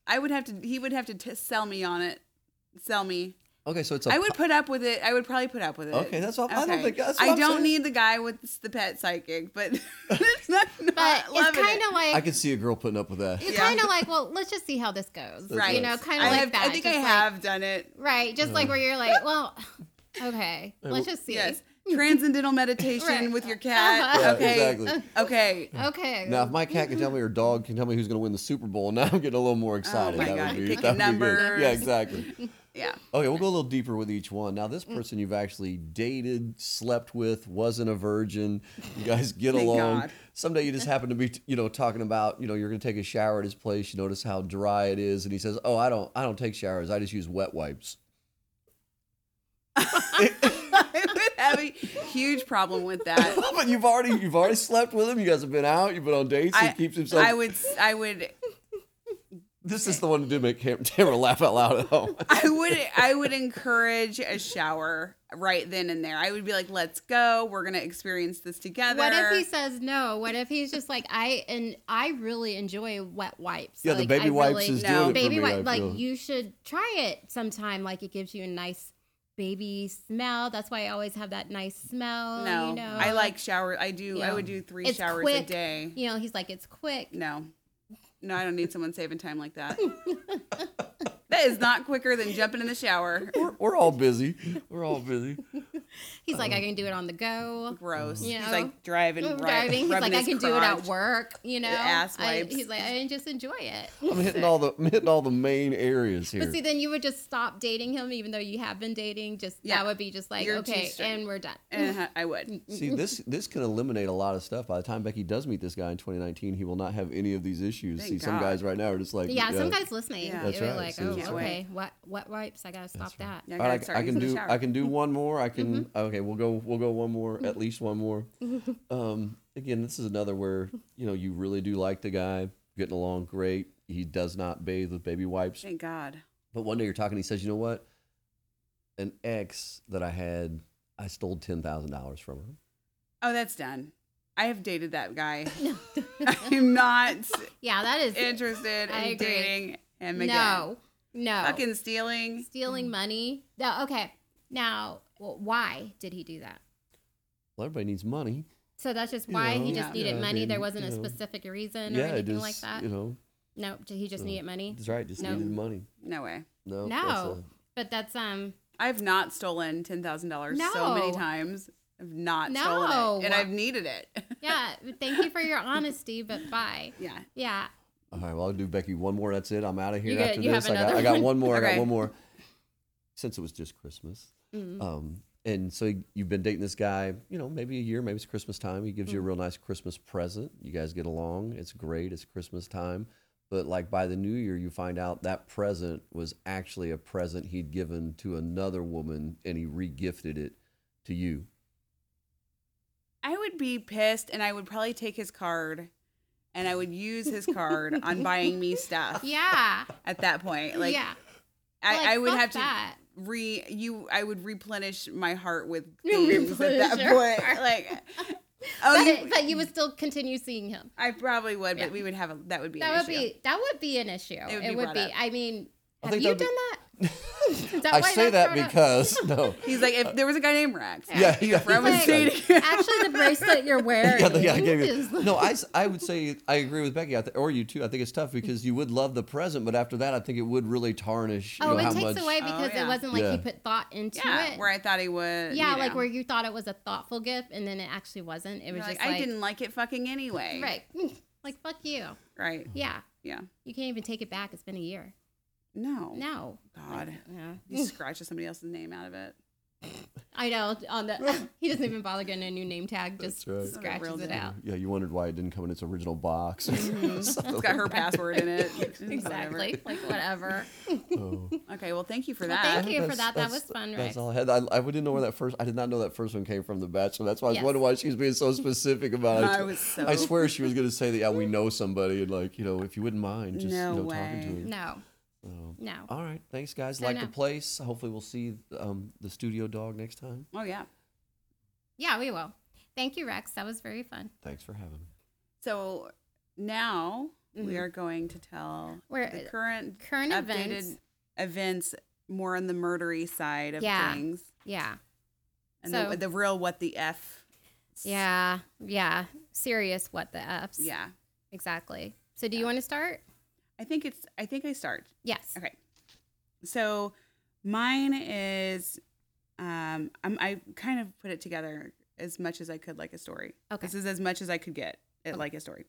C: I would have to. He would have to t- sell me on it. Sell me.
D: Okay, so it's a
C: I would put up with it. I would probably put up with it.
D: Okay, that's what- I don't think- that's what
C: I
D: I'm
C: don't
D: saying.
C: need the guy with the pet psychic, but it's not,
B: but
C: not
B: it's
C: loving
B: kind
C: it.
B: of like
D: I could see a girl putting up with that.
B: it's
C: Yeah.
B: kind of like well, let's just see how this goes.
D: Right.
B: You know,
D: Yes.
B: kind
C: I
B: of like
C: have-
B: that.
C: I think I
B: just like-
C: have done it.
B: Right. Uh-huh. Just like where you're like, well, okay, let's just see.
C: Yes. transcendental meditation
B: Right.
C: with your cat.
D: Yeah,
C: okay.
D: exactly.
C: Okay.
B: Okay.
D: Now, if my cat can tell me or dog can tell me who's going to win the Super Bowl, now I'm getting a little more excited.
C: Oh my
D: that
C: God,
D: would be,
C: picking
D: that would be good. Yeah,
C: numbers.
D: exactly.
C: Yeah.
D: Okay, we'll go a little deeper with each one. Now, this
C: Mm.
D: person you've actually dated, slept with, wasn't a virgin. You guys get
C: Thank
D: along.
C: God.
D: Someday you just happen to be, you know, talking about, you know, you're going to take a shower at his place. You notice how dry it is, and he says, "Oh, I don't, I don't take showers. I just use wet wipes."
C: I would have a huge problem with that.
D: but you've already, you've already slept with him. You guys have been out. You've been on dates. he keeps himself.
C: I would I would
D: this is the one that did make Cam- Tamara laugh out loud at home.
C: I would I would encourage a shower right then and there. I would be like, "Let's go. We're going to experience this together."
B: What if he says no? What if he's just like I and I really enjoy wet wipes.
D: Yeah, the
B: Like,
D: baby
B: I
D: wipes
B: really-
D: is
C: No.
D: doing it
B: baby
D: for me. I
B: wipe like
D: feel.
B: you should try it sometime like it gives you a nice baby smell that's why i always have that nice smell
C: no.
B: you know
C: I like shower. I do. I
B: Yeah.
C: would do 3
B: It's
C: showers
B: quick.
C: a day.
B: you know he's like it's quick
C: No. No, I don't need someone saving time like that. that is not quicker than jumping in the shower.
D: we're, we're all busy. We're all busy.
B: he's like i
D: Uh-huh.
B: can do it on the go
C: Gross.
B: You
C: He's
B: know?
C: like driving,
B: I'm
C: rub-
B: driving he's
C: rubbing
B: like i
C: his
B: can do it at
C: crotch.
B: work you know
C: ass
B: I-
C: wipes.
B: he's like i just enjoy it
D: I'm hitting all the I'm hitting all the main areas here.
B: but see then you would just stop dating him even though you have been dating just
C: Yeah.
B: that would be just like
C: You're too
B: okay
C: strict.
B: and we're done
C: Uh-huh, I would.
D: See, this this can eliminate a lot of stuff. By the time Becky does meet this guy in 2019, he will not have any of these issues.
C: Thank
D: see, some
C: God.
D: guys right now are just like,
B: yeah, some guys listening
C: Yeah.
B: yeah.
D: That's
B: are
D: right.
B: like
D: So
B: oh
D: it's-
B: okay what what wipes i gotta stop that
C: Yeah,
D: "All
C: gotta
D: right, I,
C: start
D: I can
C: using the
D: do
C: shower.
D: I can do one more. I can okay. We'll go we'll go one more at least one more. Um, again, this is another where you know you really do like the guy, getting along great. He does not bathe with baby wipes.
C: Thank God.
D: But one day you're talking, he says, You know what? An ex that I had, I stole $10,000 from her.
C: Oh, that's done. I have dated that guy. I'm not
B: yeah that is
C: interested
B: I
C: in
B: agree.
C: dating him again.
B: no no
C: Fucking Mm. stealing.
B: stealing money. No, okay. Now, well, why did he do that?
D: Well, everybody needs money.
B: So that's just
D: You
B: why
D: know,
B: he just
C: yeah.
B: needed
D: yeah, I
B: money. there
D: mean,
B: wasn't a
D: you know.
B: specific reason or
D: yeah,
B: anything
D: just,
B: like that.
D: you know,
B: no, j- he just needed money.
D: that's right. Just
B: No.
D: needed money.
C: No way.
D: No. that's
B: No, but that's um.
C: I've not stolen ten thousand dollars so many
B: No.
C: times. I've not
B: No.
C: stolen it, and I've needed it.
B: Yeah, thank you for your honesty, but bye.
C: yeah.
B: Yeah,
D: a- all right. Well, I'll do Becky one more. That's it. I'm out of here
B: You got-
D: after
B: you have
D: this. I got,
B: another
D: I got
B: one?
D: one more. I
C: Okay.
D: got one more. Since it was just Christmas.
B: Mm.
D: Um, and so you've been dating this guy, you know, maybe a year, maybe it's Christmas time. He gives you a
B: Mm.
D: real nice Christmas present. You guys get along. It's great. It's Christmas time. But like by the new year, you find out that present was actually a present he'd given to another woman and he regifted it to you.
C: I would be pissed, and I would probably take his card, and I would use his card on buying me stuff.
B: yeah,
C: At that point, like
B: yeah.
C: I,
B: Like,
C: I would
B: fuck
C: have to
B: that.
C: re you. I would replenish my heart with
B: You
C: things at that
B: replenish your
C: point.
B: heart.
C: Like, oh,
B: but,
C: you,
B: but you would still continue seeing him.
C: I probably would,
B: Yeah.
C: but we would have a, that would be an
B: That would
C: issue.
B: be that would be an issue. It would
C: would be
B: be.
C: brought up.
B: I mean,
D: I
B: have
D: think
B: you
D: that
B: done that? Is that
D: I
B: why
D: say
B: that's
D: that
B: brought up?
D: because no.
C: He's like, if there was a guy named Rex,
D: Yeah, yeah.
C: friend was
B: Like,
C: dating-
B: actually, the bracelet you're wearing.
D: Yeah, the guy gave you.
B: is-
D: No, I, s- I would say I agree with Becky, I th- or you too. I think it's tough because you would love the present, but after that, I think it would really tarnish. you
B: Oh,
D: know, how
B: it takes
D: much,
B: away because
C: yeah.
B: it wasn't like
D: Yeah.
B: you put thought into
C: yeah,
B: it.
C: where I thought he would.
B: yeah,
C: you
B: like
C: know.
B: where you thought it was a thoughtful gift and then it actually wasn't. It was
C: You're
B: just
C: like,
B: like,
C: I didn't like it fucking anyway.
B: right. Like fuck you.
C: Right.
B: Yeah.
C: Yeah.
B: You can't even take it back. It's been a year.
C: No.
B: No.
C: God.
B: Yeah.
C: You scratch somebody else's name out of it.
B: I know. On the he doesn't even bother getting a new name tag, just
D: right.
B: scratches
C: Real
B: it
C: deal.
B: out.
D: Yeah, you wondered why it didn't come in its original box.
B: Mm-hmm.
D: Something
C: It's got her
D: like that.
C: password in it. Whatever.
B: Exactly. Like whatever.
D: Oh.
C: Okay. Well, thank you for
B: Well,
C: that.
B: thank you for
D: That's-
B: that. That was
D: that's-
B: fun,
D: That's
B: Rex.
D: all I had. I, I didn't know where that first. I did not know that first one came from The Bachelor. That's why I was
B: Yes.
D: wondering why she was being so specific about it.
C: I was so-
D: I swear she was going to say that. Yeah, we know somebody, and like you know, if you wouldn't mind, just
C: No
D: you know, talking
C: way.
D: to her.
B: No.
D: So,
B: No.
D: all right, thanks guys.
B: No,
D: Like
B: no.
D: the place. Hopefully, we'll see um, the studio dog next time.
C: Oh yeah.
B: Yeah, we will. Thank you, Rex. That was very fun.
D: Thanks for having me.
C: So now we are going to tell
B: Mm-hmm. Where- uh,
C: the current
B: current
C: updated
B: events.
C: events more on the murdery side of
B: Yeah.
C: things
B: Yeah.
C: and
B: So-
C: the, the real what the f.
B: Yeah, yeah. Serious what the F's.
C: Yeah.
B: Exactly. So do you want to start?
C: I think it's. I think I start.
B: Yes.
C: Okay. So mine is Um, I'm, I kind of put it together as much as I could, like a story.
B: Okay.
C: This is as much as I could get at like a story.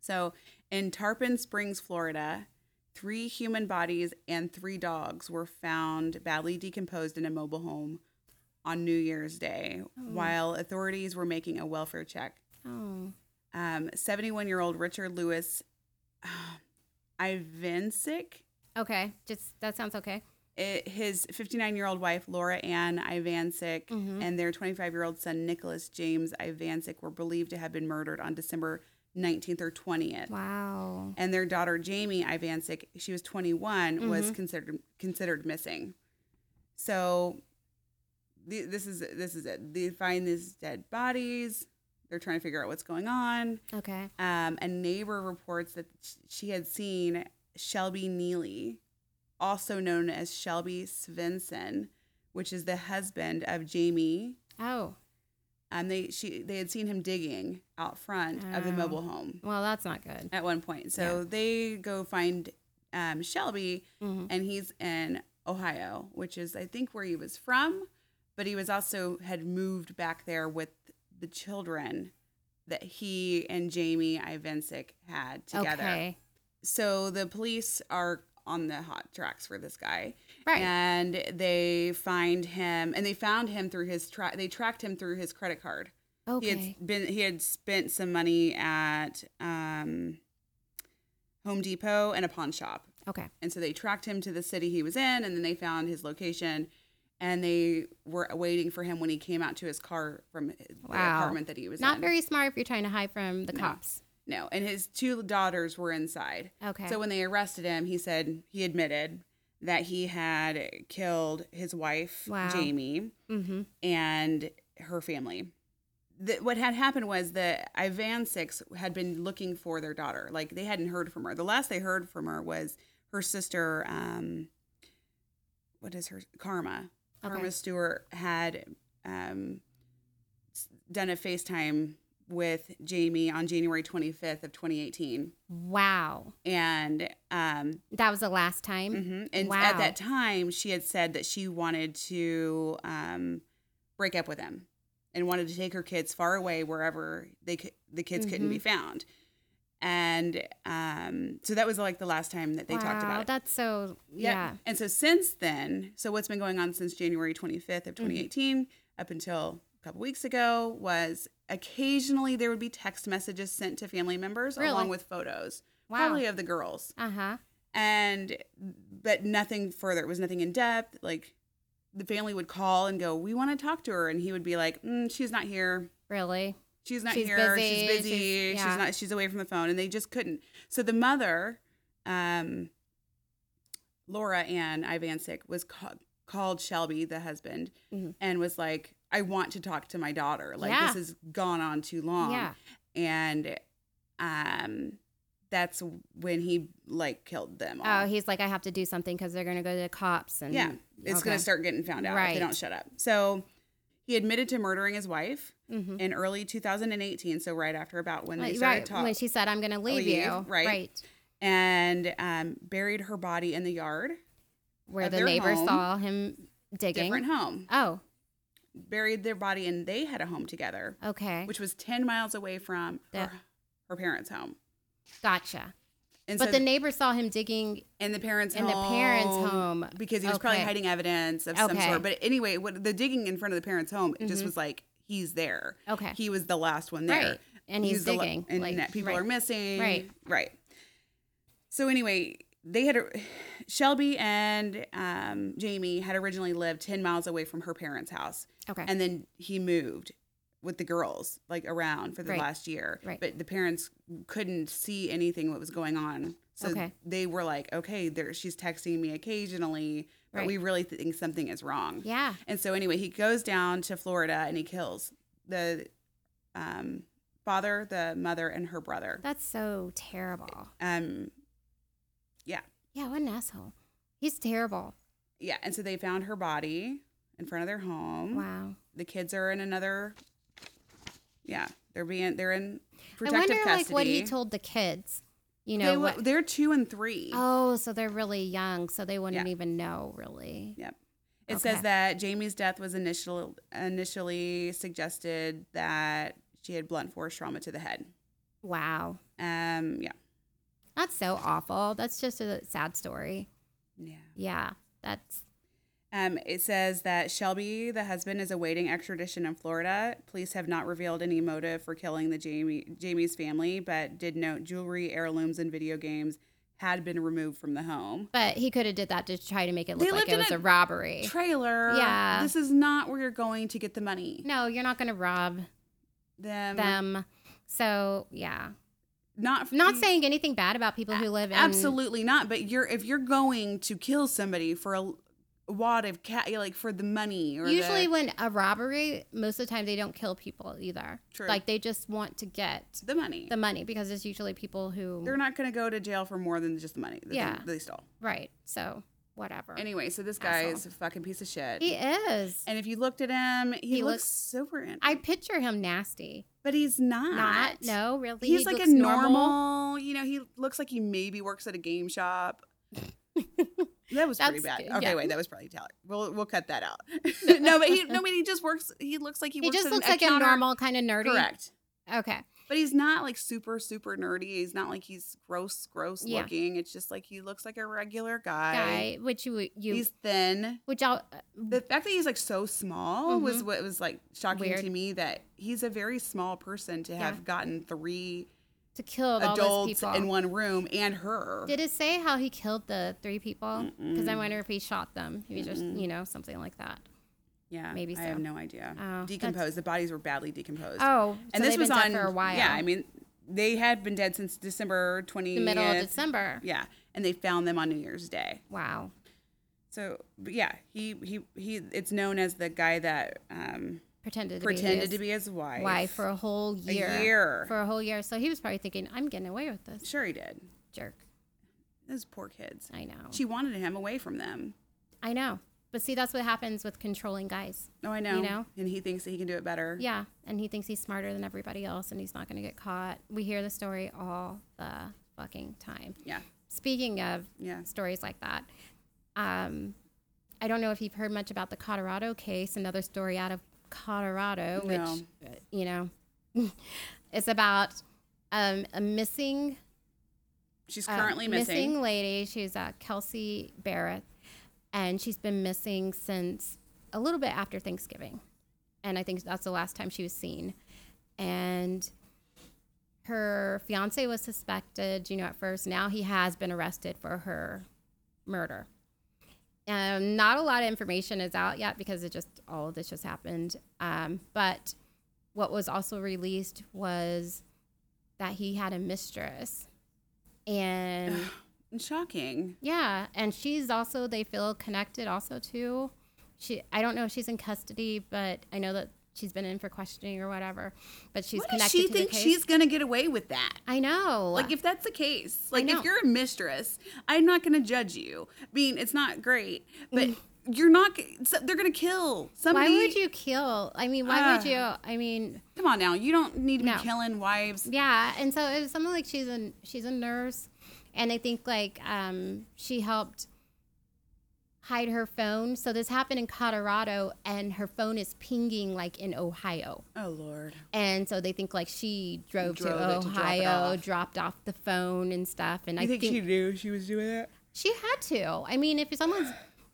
C: So in Tarpon Springs, Florida, three human bodies and three dogs were found badly decomposed in a mobile home on New Year's Day while authorities were making a welfare check
B: Oh.
C: um, 71 year old Richard Lewis Ivancic.
B: Okay. Just that sounds okay.
C: It, his 59 year old wife, Laura Ann Ivancic,
B: Mm-hmm.
C: and their 25 year old son, Nicholas James Ivancic, were believed to have been murdered on December 19th or 20th.
B: Wow.
C: And their daughter, Jamie Ivancic, she was 21, was considered considered missing. So th- this is this is it. They find these dead bodies. They're trying to figure out what's going on.
B: Okay.
C: Um, a neighbor reports that sh- she had seen Shelby Neely, also known as Shelby Svensson, which is the husband of Jamie.
B: Oh.
C: Um, they she they had seen him digging out front of the
B: Oh.
C: mobile home
B: Well, that's not good.
C: at one point. So they go find um, Shelby,
B: Mm-hmm.
C: and he's in Ohio, which is I think where he was from, but he was also had moved back there with the children that he and Jamie Ivancic had together.
B: Okay.
C: So the police are on the hot tracks for this guy.
B: Right.
C: And they find him and they found him through his tra- they tracked him through his credit card. He
B: Okay.
C: had been he had spent some money at um, Home Depot and a pawn shop,
B: Okay.
C: and so they tracked him to the city he was in, and then they found his location, and they were waiting for him when he came out to his car from the
B: Wow.
C: apartment that he was
B: Not
C: in.
B: very smart if you're trying to hide from the cops.
C: no, and his two daughters were inside.
B: Okay.
C: So when they arrested him, he said he admitted that he had killed his wife,
B: Wow.
C: Jamie,
B: Mm-hmm.
C: and her family. The, what had happened was that Ivan Six had been looking for their daughter. Like they hadn't heard from her. The last they heard from her was her sister. Um, what is her Karma?
B: Okay.
C: Karma Stewart had um, s- done a FaceTime with Jamie on January 25th of 2018,
B: Wow.
C: and um,
B: That was the last time.
C: hmm And
B: Wow.
C: at that time, she had said that she wanted to um, break up with him and wanted to take her kids far away wherever they could, the kids couldn't be
B: Mm-hmm.
C: found. And um, so that was like the last time that they talked
B: Wow,
C: about it.
B: That's so
C: Yep.
B: yeah.
C: And so since then, so what's been going on since January 25th
B: Mm-hmm.
C: of 2018 up until a couple weeks ago was occasionally there would be text messages sent to family members
B: Really?
C: along with photos,
B: Wow.
C: probably of the girls
B: Uh huh.
C: and but nothing further. It was nothing in depth. Like the family would call and go, "We want to talk to her," and he would be like, mm, "She's not here.
B: Really.
C: She's not
B: She's
C: here.
B: busy.
C: She's busy.
B: She's-
C: She's,
B: yeah.
C: not. She's away from the phone." And they just couldn't. So the mother, um, Laura Ann Ivancic, was ca- called Shelby, the husband, and was like, "I want to talk to my daughter. Like
B: Mm-hmm. Yeah.
C: this has gone on too long."
B: Yeah.
C: and um. That's when he like killed them. all.
B: Oh, he's like, I have to do something because they're gonna go to the cops and
C: Yeah, it's going
B: Okay.
C: to start getting found out if
B: Right.
C: they don't shut up. So he admitted to murdering his wife
B: Mhm.
C: in early 2018, so right after about when they
B: Like,
C: started
B: right
C: talking,
B: when she said, "I'm gonna leave, you,"
C: Leave, right.
B: right,
C: and um, buried her body in the yard,
B: where
C: Of
B: the
C: their
B: neighbor
C: home.
B: saw him digging.
C: different home,
B: Oh,
C: buried their body, and they had a home together,
B: okay,
C: which was 10 miles away from
B: That-
C: her, her parents' home.
B: gotcha.
C: And
B: But
C: so
B: the neighbor saw him digging.
C: in the parents'
B: in
C: home,
B: the parents' home.
C: because he was probably
B: Okay.
C: hiding evidence of some
B: Okay. Mm-hmm.
C: sort. But anyway, what the digging in front of the parents' home it just was like he's there.
B: Okay.
C: he was the last one there,
B: Right. And he's
C: the la-
B: digging,
C: and
B: like,
C: that people
B: right.
C: are missing.
B: Right.
C: right. So anyway, they had a, Shelby and um, Jamie had originally lived ten miles away from her parents' house,
B: Okay,
C: and then he moved with the girls like around for the
B: Right.
C: last year
B: Right.
C: but the parents couldn't see anything what was going on so
B: Okay.
C: they were like okay there she's texting me occasionally but
B: Right.
C: we really think something is wrong
B: yeah,
C: and so anyway he goes down to florida and he kills the um, father the mother and her brother
B: that's so terrible.
C: um, yeah
B: Yeah, what an asshole. He's terrible.
C: yeah and so they found her body in front of their home
B: Wow.
C: the kids are in another yeah they're being they're in
B: I
C: protective
B: wonder
C: custody
B: like what he told the kids. You know
C: they,
B: what?
C: were- they're two and three.
B: Oh, so they're really young, so they wouldn't
C: Yeah.
B: even know really.
C: yep It says that Jamie's death was initial, initially suggested that she had blunt force trauma to the head.
B: Wow.
C: Um, yeah,
B: That's so awful. That's just a sad story.
C: yeah.
B: Yeah. That's
C: Um, it says that Shelby, the husband, is awaiting extradition in Florida. Police have not revealed any motive for killing the Jamie Jamie's family, but did note jewelry, heirlooms, and video games had been removed from the home.
B: but he could have did that to try to make it
C: They
B: look like
C: lived
B: it
C: in
B: was
C: a
B: a robbery.
C: Trailer.
B: Yeah.
C: This is not where you're going to get the money.
B: no, you're not going to rob
C: Them.
B: them. So, yeah.
C: Not.
B: Not saying anything bad about people who live in
C: Mm. Absolutely not. But you're if you're going to kill somebody for a wad of cat, like for the money. Or the-
B: Usually, when a robbery, most of the time they don't kill people either.
C: True.
B: Like they just want to get
C: the money.
B: the money because it's usually people who
C: They're not going to go to jail for more than just the money. that they-
B: Yeah.
C: They stole.
B: right. So whatever.
C: Anyway, so this guy
B: Asshole.
C: is a fucking piece of shit.
B: he is.
C: and if you looked at him, he,
B: He
C: looks
B: looks-
C: super. In-
B: I picture him nasty.
C: but he's not.
B: Not no, really.
C: He's
B: He
C: like a
B: looks
C: normal, You know, he looks like he maybe works at a game shop. that was pretty
B: That's
C: bad.
B: good,
C: Okay,
B: yeah.
C: wait, that was probably Tyler. We'll we'll cut that out. no, but he no, but he just works. He looks like he,
B: He,
C: works.
B: just
C: at
B: looks
C: an,
B: like a
C: counter-
B: normal kind of nerdy.
C: Correct.
B: Okay.
C: But he's not like super super nerdy. He's not like he's gross gross
B: Yeah.
C: looking. It's just like he looks like a regular guy.
B: Guy, which you you
C: He's thin.
B: which uh, I'll
C: the fact that he's like so small was what was like shocking
B: Mm-hmm. Weird.
C: to me that he's a very small person to have gotten three
B: to kill all those
C: adults
B: people.
C: in one room and her
B: Did it say how he killed the three people? Because I wonder if he shot them. He just you know something like that.
C: yeah
B: maybe
C: i have
B: so.
C: no idea
B: Oh, that's-
C: decomposed the bodies were badly decomposed
B: Oh, so
C: and this
B: they've
C: was
B: been dead
C: on
B: for a while.
C: yeah i mean they had been dead since december 20
B: the middle of December.
C: yeah and they found them on new year's day
B: Wow.
C: so but yeah he he he it's known as the guy that um
B: Pretended to
C: pretended
B: be
C: to be his wife
B: his wife for a whole year.
C: year.
B: For a whole year. So he was probably thinking, I'm getting away with this.
C: sure he did
B: Jerk.
C: those poor kids
B: I know.
C: she wanted him away from them
B: I know. But see, that's what happens with controlling guys.
C: Oh, I know.
B: know?
C: And he thinks that he can do it better.
B: Yeah. And he thinks he's smarter than everybody else and he's not going to get caught. We hear the story all the fucking time.
C: Yeah.
B: Speaking of
C: Yeah.
B: stories like that, um, I don't know if you've heard much about the Colorado case, another story out of Colorado, which,
C: No.
B: uh, you know, it's about um, a missing
C: She's
B: uh,
C: currently missing.
B: lady. She's uh, Kelsey Barrett, and she's been missing since a little bit after Thanksgiving, and I think that's the last time she was seen. And her fiance was suspected, you know, at first. Now he has been arrested for her murder. Um, not a lot of information is out yet because it just all of this just happened. Um, but what was also released was that he had a mistress, and
C: Shocking.
B: yeah, and she's also they feel connected also to. She I don't know if she's in custody, but I know that she's been in for questioning or whatever. But she's
C: What does
B: connected
C: she
B: to
C: think
B: the case.
C: she's going to get away with that?
B: I know.
C: Like, if that's the case, like,
B: know.
C: if you're a mistress, I'm not going to judge you. I mean, it's not great, but you're not, g- so- they're going to
B: Mm.
C: kill
B: why
C: somebody.
B: would you kill? I mean, why would
C: Ah.
B: you? I mean,
C: Come on now. You don't need to
B: No.
C: be killing wives.
B: yeah. And so it was something like she's a she's a nurse, and I think like um, she helped hide her phone. So this happened in Colorado, and her phone is pinging like in Ohio.
C: Oh, Lord.
B: And so they think like she drove, to
C: Drove it to drop it
B: Ohio,
C: off.
B: dropped off the phone and stuff. And I
C: You think,
B: think,
C: she knew she was doing that?
B: she had to. I mean, if someone's,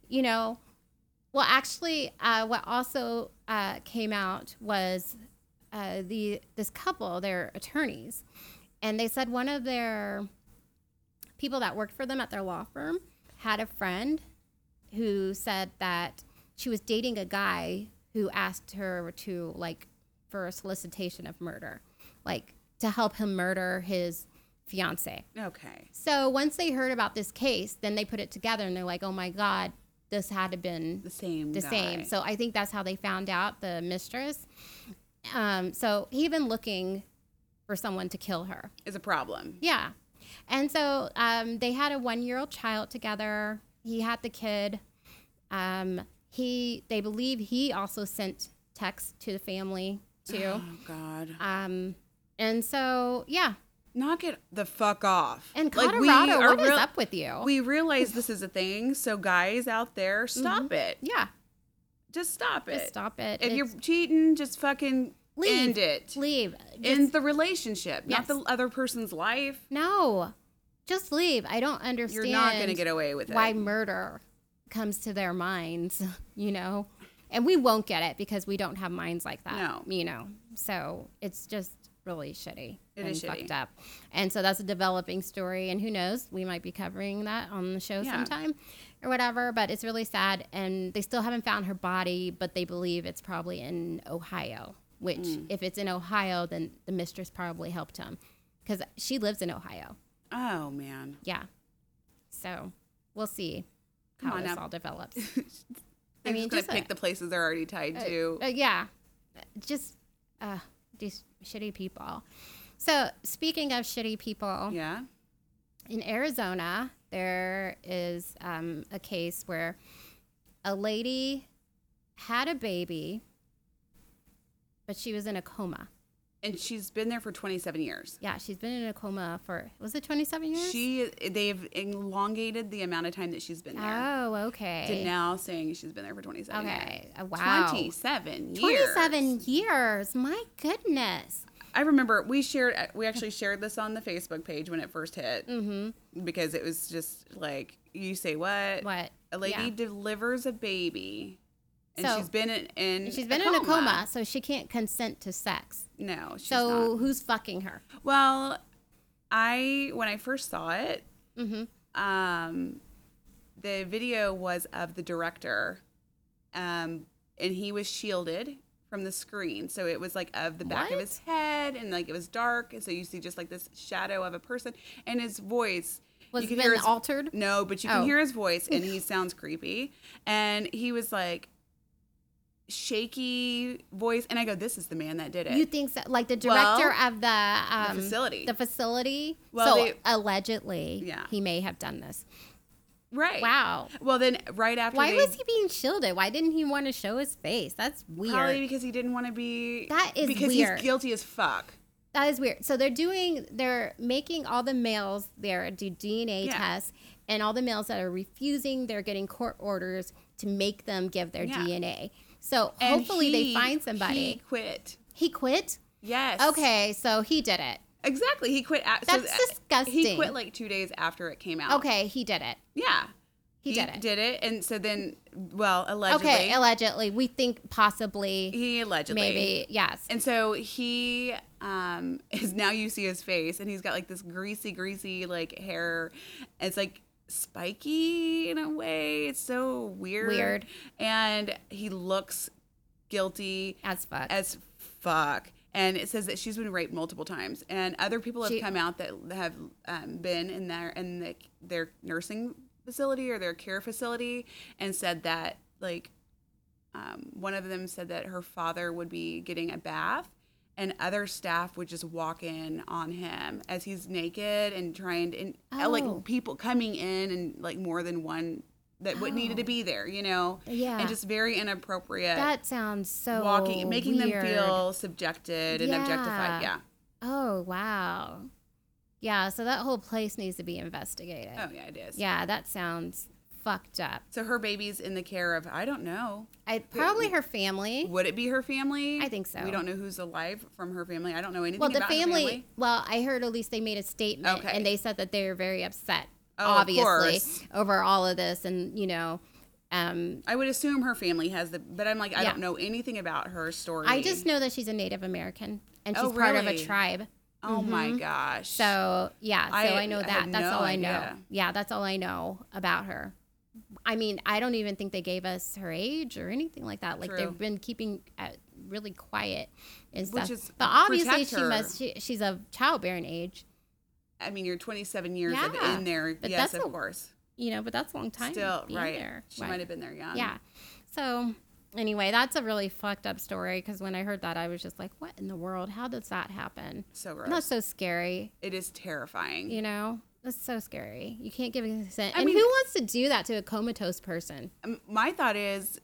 B: you know, well, actually, uh, what also uh, came out was uh, the this couple, their attorneys, and they said one of their people that worked for them at their law firm had a friend who said that she was dating a guy who asked her to like for a solicitation of murder, like to help him murder his fiance.
C: Okay.
B: So once they heard about this case, then they put it together and they're like, oh my God, this had to have been
C: The same.
B: the
C: guy.
B: same. So I think that's how they found out the mistress. Um, so he had been looking for someone to kill her.
C: Is a problem.
B: Yeah. And so um, they had a one year old child together. He had the kid. Um, he, they believe he also sent texts to the family too.
C: Oh, God.
B: Um, and so, yeah.
C: Knock it the fuck off.
B: And
C: Like,
B: Colorado,
C: we are
B: what is
C: real-
B: up with you?
C: we realize this is a thing so guys out there stop it
B: yeah.
C: Just stop it.
B: Mm-hmm. Just stop it.
C: If you're
B: It's-
C: cheating, just fucking
B: leave
C: end it.
B: Leave. Just-
C: End the relationship,
B: Yes.
C: not the other person's life.
B: no, just leave. I don't
C: You're
B: understand.
C: not going to get away with it.
B: why murder comes to their minds, you know? And we won't get it because we don't have minds like that.
C: No.
B: You know? So it's just really shitty.
C: It
B: and
C: is shitty.
B: fucked up. And so that's a developing story. And who knows? We might be covering that on the show
C: Yeah.
B: sometime or whatever. But it's really sad. And they still haven't found her body, but they believe it's probably in Ohio, which
C: Mm.
B: if it's in Ohio, then the mistress probably helped him because she lives in Ohio.
C: Oh, man.
B: Yeah. So we'll see
C: Come
B: how
C: on
B: this
C: up.
B: all develops.
C: They're
B: mean,
C: just going
B: just
C: to pick
B: a-
C: the places they're already tied to.
B: Uh, yeah. Just uh, these shitty people. So speaking of shitty people,
C: yeah.
B: in Arizona, there is um, a case where a lady had a baby, but she was in a coma.
C: And she's been there for 27 years.
B: Yeah, she's been in a coma for was it 27 years?
C: She, they've elongated the amount of time that she's been there.
B: oh, okay.
C: to now saying she's been there for 27
B: Okay.
C: years.
B: Uh, wow.
C: 27 years.
B: 27 years. My goodness.
C: I remember we shared, uh, we actually shared this on the Facebook page when it first hit mm-hmm. because it was just like, you say what?
B: What?
C: A lady
B: Yeah.
C: delivers a baby and
B: So-
C: she's been in, in
B: She's been in a coma, so she can't consent to sex.
C: No, she's
B: so
C: not.
B: who's fucking her?
C: Well, I, when I first saw it,
B: Mm-hmm.
C: um, the video was of the director, um, and he was shielded from the screen, so it was like of the back of his head, and like it was dark, and so you see just like this shadow of a person, and his voice
B: Was
C: you can
B: been
C: hear his-
B: altered?
C: No, but you can
B: Oh.
C: hear his voice, and he sounds creepy, and he was like shaky voice, and I go, "This is the man that did it."
B: You think so? Like the
C: Eh. Well,
B: director of the, um,
C: facility.
B: The facility.
C: Well,
B: so
C: they-
B: allegedly,
C: Yeah.
B: he may have done this.
C: right?
B: Wow.
C: Well, then right after
B: Why
C: they-
B: was he being shielded? Why didn't he want to show his face? That's weird.
C: Probably because he didn't want to be.
B: That is
C: because
B: weird.
C: he's guilty as fuck.
B: That is weird. So they're doing, they're making all the males there do DNA
C: Yeah.
B: tests, and all the males that are refusing, they're getting court orders to make them give their
C: Yeah.
B: DNA. So
C: And
B: hopefully they
C: he-
B: find somebody.
C: He quit.
B: He quit?
C: Yes.
B: Okay, so he did it.
C: Exactly. He quit. At, so
B: That's
C: th- He
B: disgusting.
C: quit like two days after it came out.
B: Okay, he did it.
C: Yeah.
B: He did it.
C: Oh. Did it, and so then, well, allegedly,
B: Okay, allegedly. We think possibly,
C: he allegedly
B: maybe, yes.
C: And so he um, is now you see his face, and he's got like this greasy, greasy like hair. It's like spiky in a way. It's so weird.
B: Weird.
C: And he looks guilty
B: As fuck.
C: as fuck. And it says that she's been raped multiple times, and other people have
B: She-
C: come out that have um, been in their in the, their nursing facility or their care facility, and said that like um, one of them said that her father would be getting a bath, and other staff would just walk in on him as he's naked and trying to, and uh,
B: Oh.
C: like people coming in and like more than one that would needed to be there, you know,
B: Oh. Yeah.
C: and just very inappropriate
B: that sounds so
C: walking, making
B: Oh, weird.
C: them feel subjected and
B: Yeah.
C: objectified. Yeah.
B: Oh, wow. Yeah, so that whole place needs to be investigated.
C: Oh yeah, it is.
B: Yeah, that sounds fucked up.
C: So her baby's in the care of I don't know.
B: I probably her family.
C: Would it be her family?
B: I think so.
C: We don't know who's alive from her family. I don't know anything
B: Well, the
C: about her
B: family,
C: family.
B: Well, I heard at least they made a statement,
C: Okay.
B: and they said that they were very upset,
C: Oh, of
B: obviously,
C: course.
B: over all of this, and you know, um,
C: I would assume her family has the, but I'm like I
B: Yeah.
C: don't know anything about her story.
B: I just know that she's a Native American and she's
C: Oh,
B: part of a
C: really?
B: tribe.
C: Oh my gosh.
B: mm-hmm. So yeah, so I,
C: I
B: know
C: had
B: that. That's
C: no
B: all I know.
C: idea.
B: Yeah, that's all I know about her. I mean, I don't even think they gave us her age or anything like that. Like
C: True.
B: they've been keeping uh, really quiet and
C: Which
B: stuff.
C: is
B: but obviously,
C: protect
B: she
C: her.
B: must. She, she's of childbearing age.
C: I mean, you're 27 years of
B: Yeah.
C: in there.
B: But
C: yes,
B: that's
C: of
B: a
C: course.
B: You know, but that's a long time.
C: Still
B: being
C: right.
B: there.
C: She
B: Right.
C: might have been um, there young.
B: Yeah. So anyway, that's a really fucked up story because when I heard that, I was just like, "What in the world? How does that happen?"
C: So gross.
B: And that's so scary.
C: it is terrifying.
B: You know, that's so scary. You can't give consent.
C: I
B: and
C: mean-
B: who wants to do that to a comatose person?
C: m- my thought is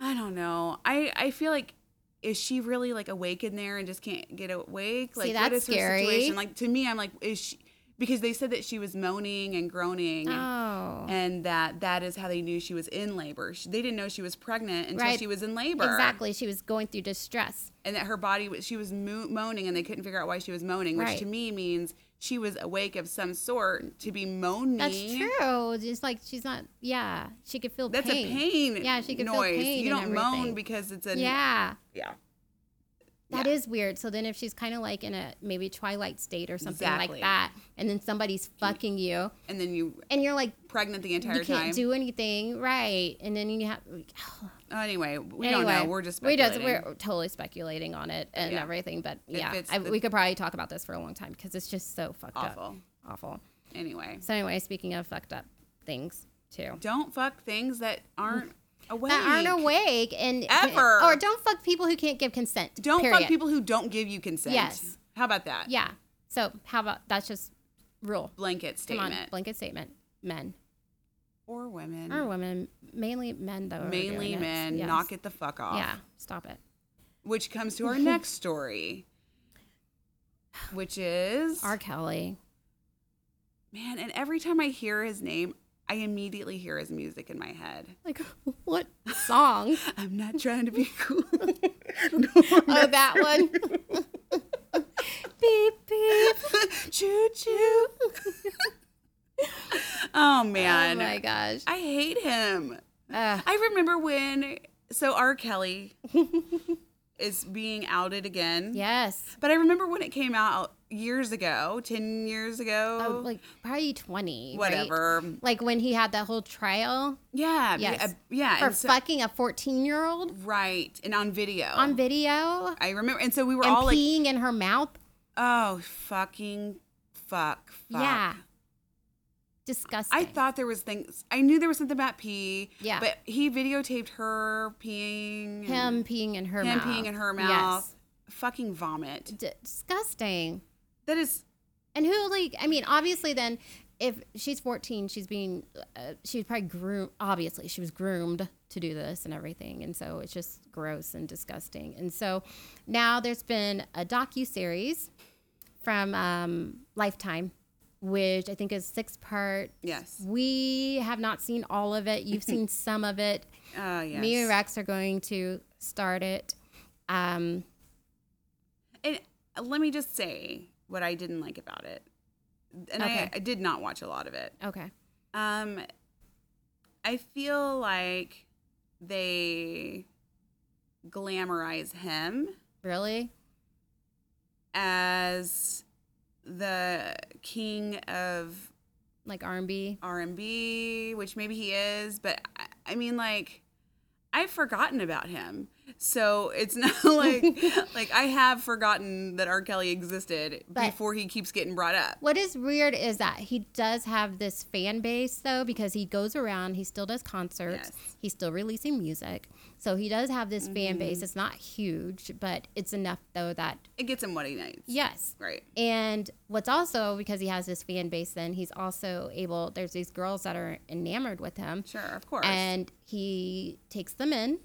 C: i don't know i i feel like is she really like awake in there and just can't get awake like
B: that's
C: what is
B: scary.
C: her situation like to me i'm like is she because they said that she was moaning and groaning
B: Oh.
C: and that that is how they knew she was in labor. She, they didn't know she was pregnant until
B: Right.
C: she was in labor.
B: Exactly. She was going through distress.
C: And that her body was, she was mo- moaning and they couldn't figure out why she was moaning, which
B: Right.
C: to me means she was awake of some sort to be moaning.
B: That's true. Just like she's not. Yeah, she could feel
C: That's
B: pain.
C: a pain
B: Yeah, she could feel
C: noise.
B: pain
C: you don't
B: and
C: moan
B: everything.
C: because it's a,
B: Yeah,
C: yeah.
B: that is
C: Yeah.
B: weird. So then, if she's kind of like in a maybe twilight state or something
C: Exactly.
B: like that, and then somebody's fucking you,
C: And then you
B: and you're like,
C: pregnant the entire
B: you can't
C: time.
B: do anything, right? And then you have.
C: anyway, we
B: anyway,
C: don't know. We're just
B: we
C: speculating.
B: we're totally speculating on it and
C: Yeah.
B: everything. But
C: It
B: yeah,
C: fits
B: I,
C: the-
B: we could probably talk about this for a long time because it's just so fucked up,
C: Awful.
B: awful.
C: Anyway,
B: So anyway, speaking of fucked up things too.
C: don't fuck things that aren't awake.
B: that aren't awake and
C: Ever.
B: or don't fuck people who can't give consent.
C: Don't
B: period.
C: fuck people who don't give you consent.
B: Yes.
C: How about that?
B: Yeah. So how about that's just rule. Come
C: Blanket statement.
B: on, blanket statement. Men
C: or women.
B: or women, mainly men though. are doing
C: mainly
B: it.
C: men.
B: Yes.
C: Knock it the fuck off.
B: Yeah. Stop it.
C: Which comes to our next story, which is
B: R. Kelly.
C: man. And every time I hear his name, I immediately hear his music in my head.
B: Like what song?
C: I'm not trying to be cool.
B: oh, that one. beep beep.
C: choo choo. oh man.
B: Oh my gosh.
C: I hate him.
B: Ugh.
C: I remember when so R. Kelly is being outed again.
B: yes.
C: But I remember when it came out years ago, ten years ago.
B: Oh, like probably twenty. right?
C: whatever.
B: Like when he had that whole trial
C: Yeah.
B: Yes.
C: Yeah. yeah.
B: for
C: and so-
B: fucking a fourteen-year-old.
C: right. And on video.
B: on video
C: I remember and so we were
B: and
C: all like
B: peeing in her mouth.
C: Oh fucking fuck. fuck.
B: Yeah. Disgusting.
C: I thought there was things I knew there was something about pee.
B: Yeah.
C: But he videotaped her peeing. and-
B: him peeing in her
C: him
B: mouth.
C: peeing in her mouth. Fucking vomit.
B: Yes. D- disgusting.
C: That is
B: And who like I mean obviously then if she's 14 she's being uh, she's probably groomed obviously she was groomed to do this and everything and so it's just gross and disgusting. And so now there's been a docu series from um, Lifetime which I think is six part.
C: yes.
B: We have not seen all of it. You've seen some of it.
C: Uh, yes.
B: Me and Rex are going to start it. Um,
C: And let me just say what I didn't like about it. And I,
B: Okay.
C: I did not watch a lot of it.
B: okay.
C: Um, I feel like they glamorize him
B: Really?
C: as the king of
B: Like R&B?
C: R&B, which maybe he is, but I, I mean like I've forgotten about him. So it's not like like I have forgotten that R. Kelly existed
B: But-
C: before he keeps getting brought up.
B: What is weird is that he does have this fan base though, because he goes around, he still does concerts,
C: Yes. Mm-hmm.
B: he's still releasing music. So he does have this fan base. It's not huge, but it's enough though that,
C: It gets him what he needs.
B: yes.
C: Right.
B: And what's also because he has this fan base, then he's also able, there's these girls that are enamored with him.
C: Sure, of course.
B: and he takes them in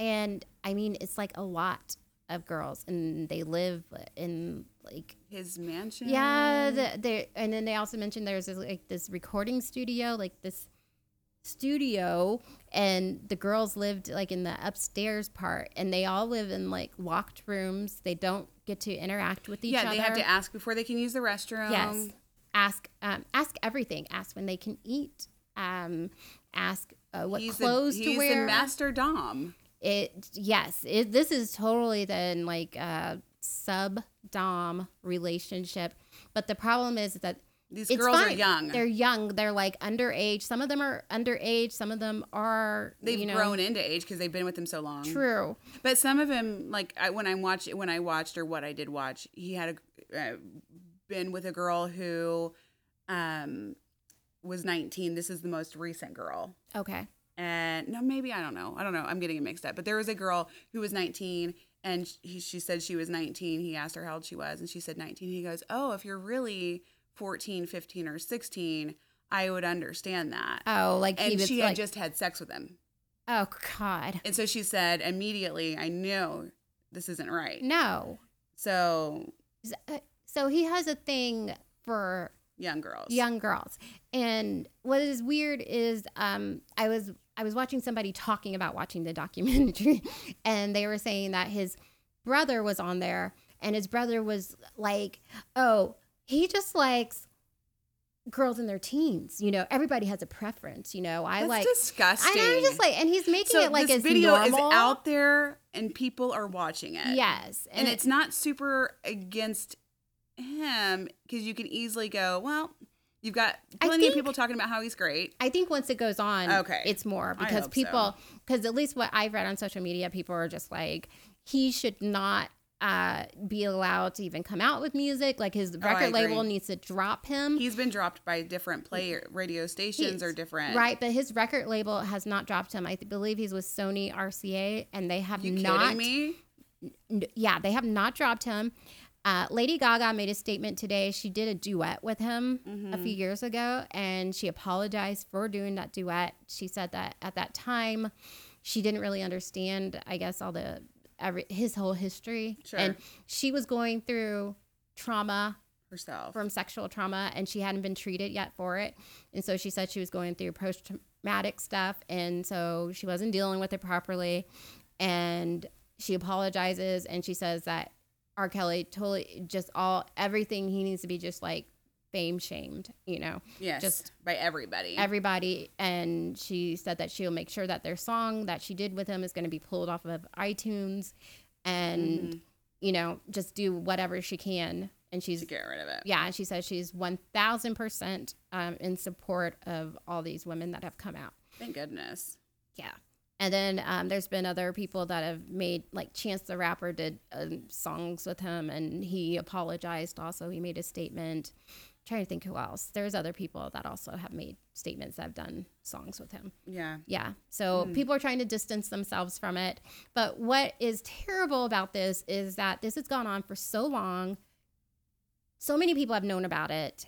B: and i mean it's like a lot of girls and they live in like
C: His mansion. Mm.
B: yeah the, they and then they also mentioned there's this, like this recording studio like this studio and the girls lived like in the upstairs part and they all live in like locked rooms they don't get to interact with each
C: Yeah,
B: other
C: they have to ask before they can use the restroom.
B: Yes. Ask um, ask everything. Ask when they can eat. Um, ask uh, what
C: He's
B: clothes
C: the,
B: to
C: he's
B: wear.
C: the master dom.
B: it yes. It, this is totally then like a sub dom relationship. But the problem is that
C: These
B: it's
C: girls are
B: fine.
C: young.
B: They're young. They're like underage. Some of them are underage. Some of them are
C: They've
B: you know,
C: grown into age because they've been with him so long.
B: True.
C: But some of him, like I, when I watch, when I watched or what I did watch, he had a, uh, been with a girl who um, was 19. This is the most recent girl,
B: Okay.
C: and no, maybe I don't know. I don't know. I'm getting it mixed up. But there was a girl who was 19, and sh- he, she said she was 19. He asked her how old she was, and she said 19. He goes, "Oh, if you're really 14, 15, or 16, I would understand that."
B: Oh, like he
C: and
B: was
C: she had
B: like,
C: just had sex with him.
B: oh God,
C: And so she said immediately, I know this isn't right.
B: no.
C: So
B: So he has a thing for
C: young girls.
B: young girls. And what is weird is um, I was I was watching somebody talking about watching the documentary, and they were saying that his brother was on there, and his brother was like, "Oh, he just likes." girls in their teens you know everybody has a preference you know i
C: That's
B: like
C: disgusting.
B: and i'm just like and he's making
C: so
B: it like
C: this
B: it's
C: video
B: normal.
C: is out there and people are watching it.
B: yes
C: and
B: it-
C: it's not super against him because you can easily go, well, you've got
B: I
C: plenty
B: think-
C: of people talking about how he's great.
B: I think once it goes on,
C: Okay.
B: it's more
C: I
B: because
C: hope so.
B: people, because at least what I've read on social media, people are just like, he should not uh, be allowed to even come out with music. Like his
C: Oh, I
B: record label
C: agree.
B: needs to drop him.
C: He's been dropped by different player radio stations or
B: He's-
C: different.
B: Right, but his record label has not dropped him. I th- believe he's with Sony RCA, and they have
C: You
B: not.
C: kidding me?
B: n- yeah, they have not dropped him. Uh, Lady Gaga made a statement today. She did a duet with him a few years ago, and she apologized for doing that duet. She said that at that time, she didn't really understand, I guess, all the every, his whole history,
C: Sure.
B: and she was going through trauma
C: Herself.
B: from sexual trauma and she hadn't been treated yet for it. And so she said she was going through post traumatic stuff and so she wasn't dealing with it properly. And she apologizes and she says that R. Kelly totally just all everything he needs to be just like fame shamed, you know,
C: yes.
B: just-
C: by everybody.
B: everybody. And she said that she'll make sure that their song that she did with him is going to be pulled off of iTunes and, you know, just do whatever she can. And she's
C: to get rid of it.
B: yeah, and she says she's 1000% um, in support of all these women that have come out.
C: Thank goodness.
B: Yeah. And then um, there's been other people that have made, like Chance the Rapper did um, songs with him and he apologized also. He made a statement. trying to think who else. There's other people that also have made statements that have done songs with him.
C: Yeah.
B: Yeah. So people are trying to distance themselves from it. But what is terrible about this is that this has gone on for so long. So many people have known about it,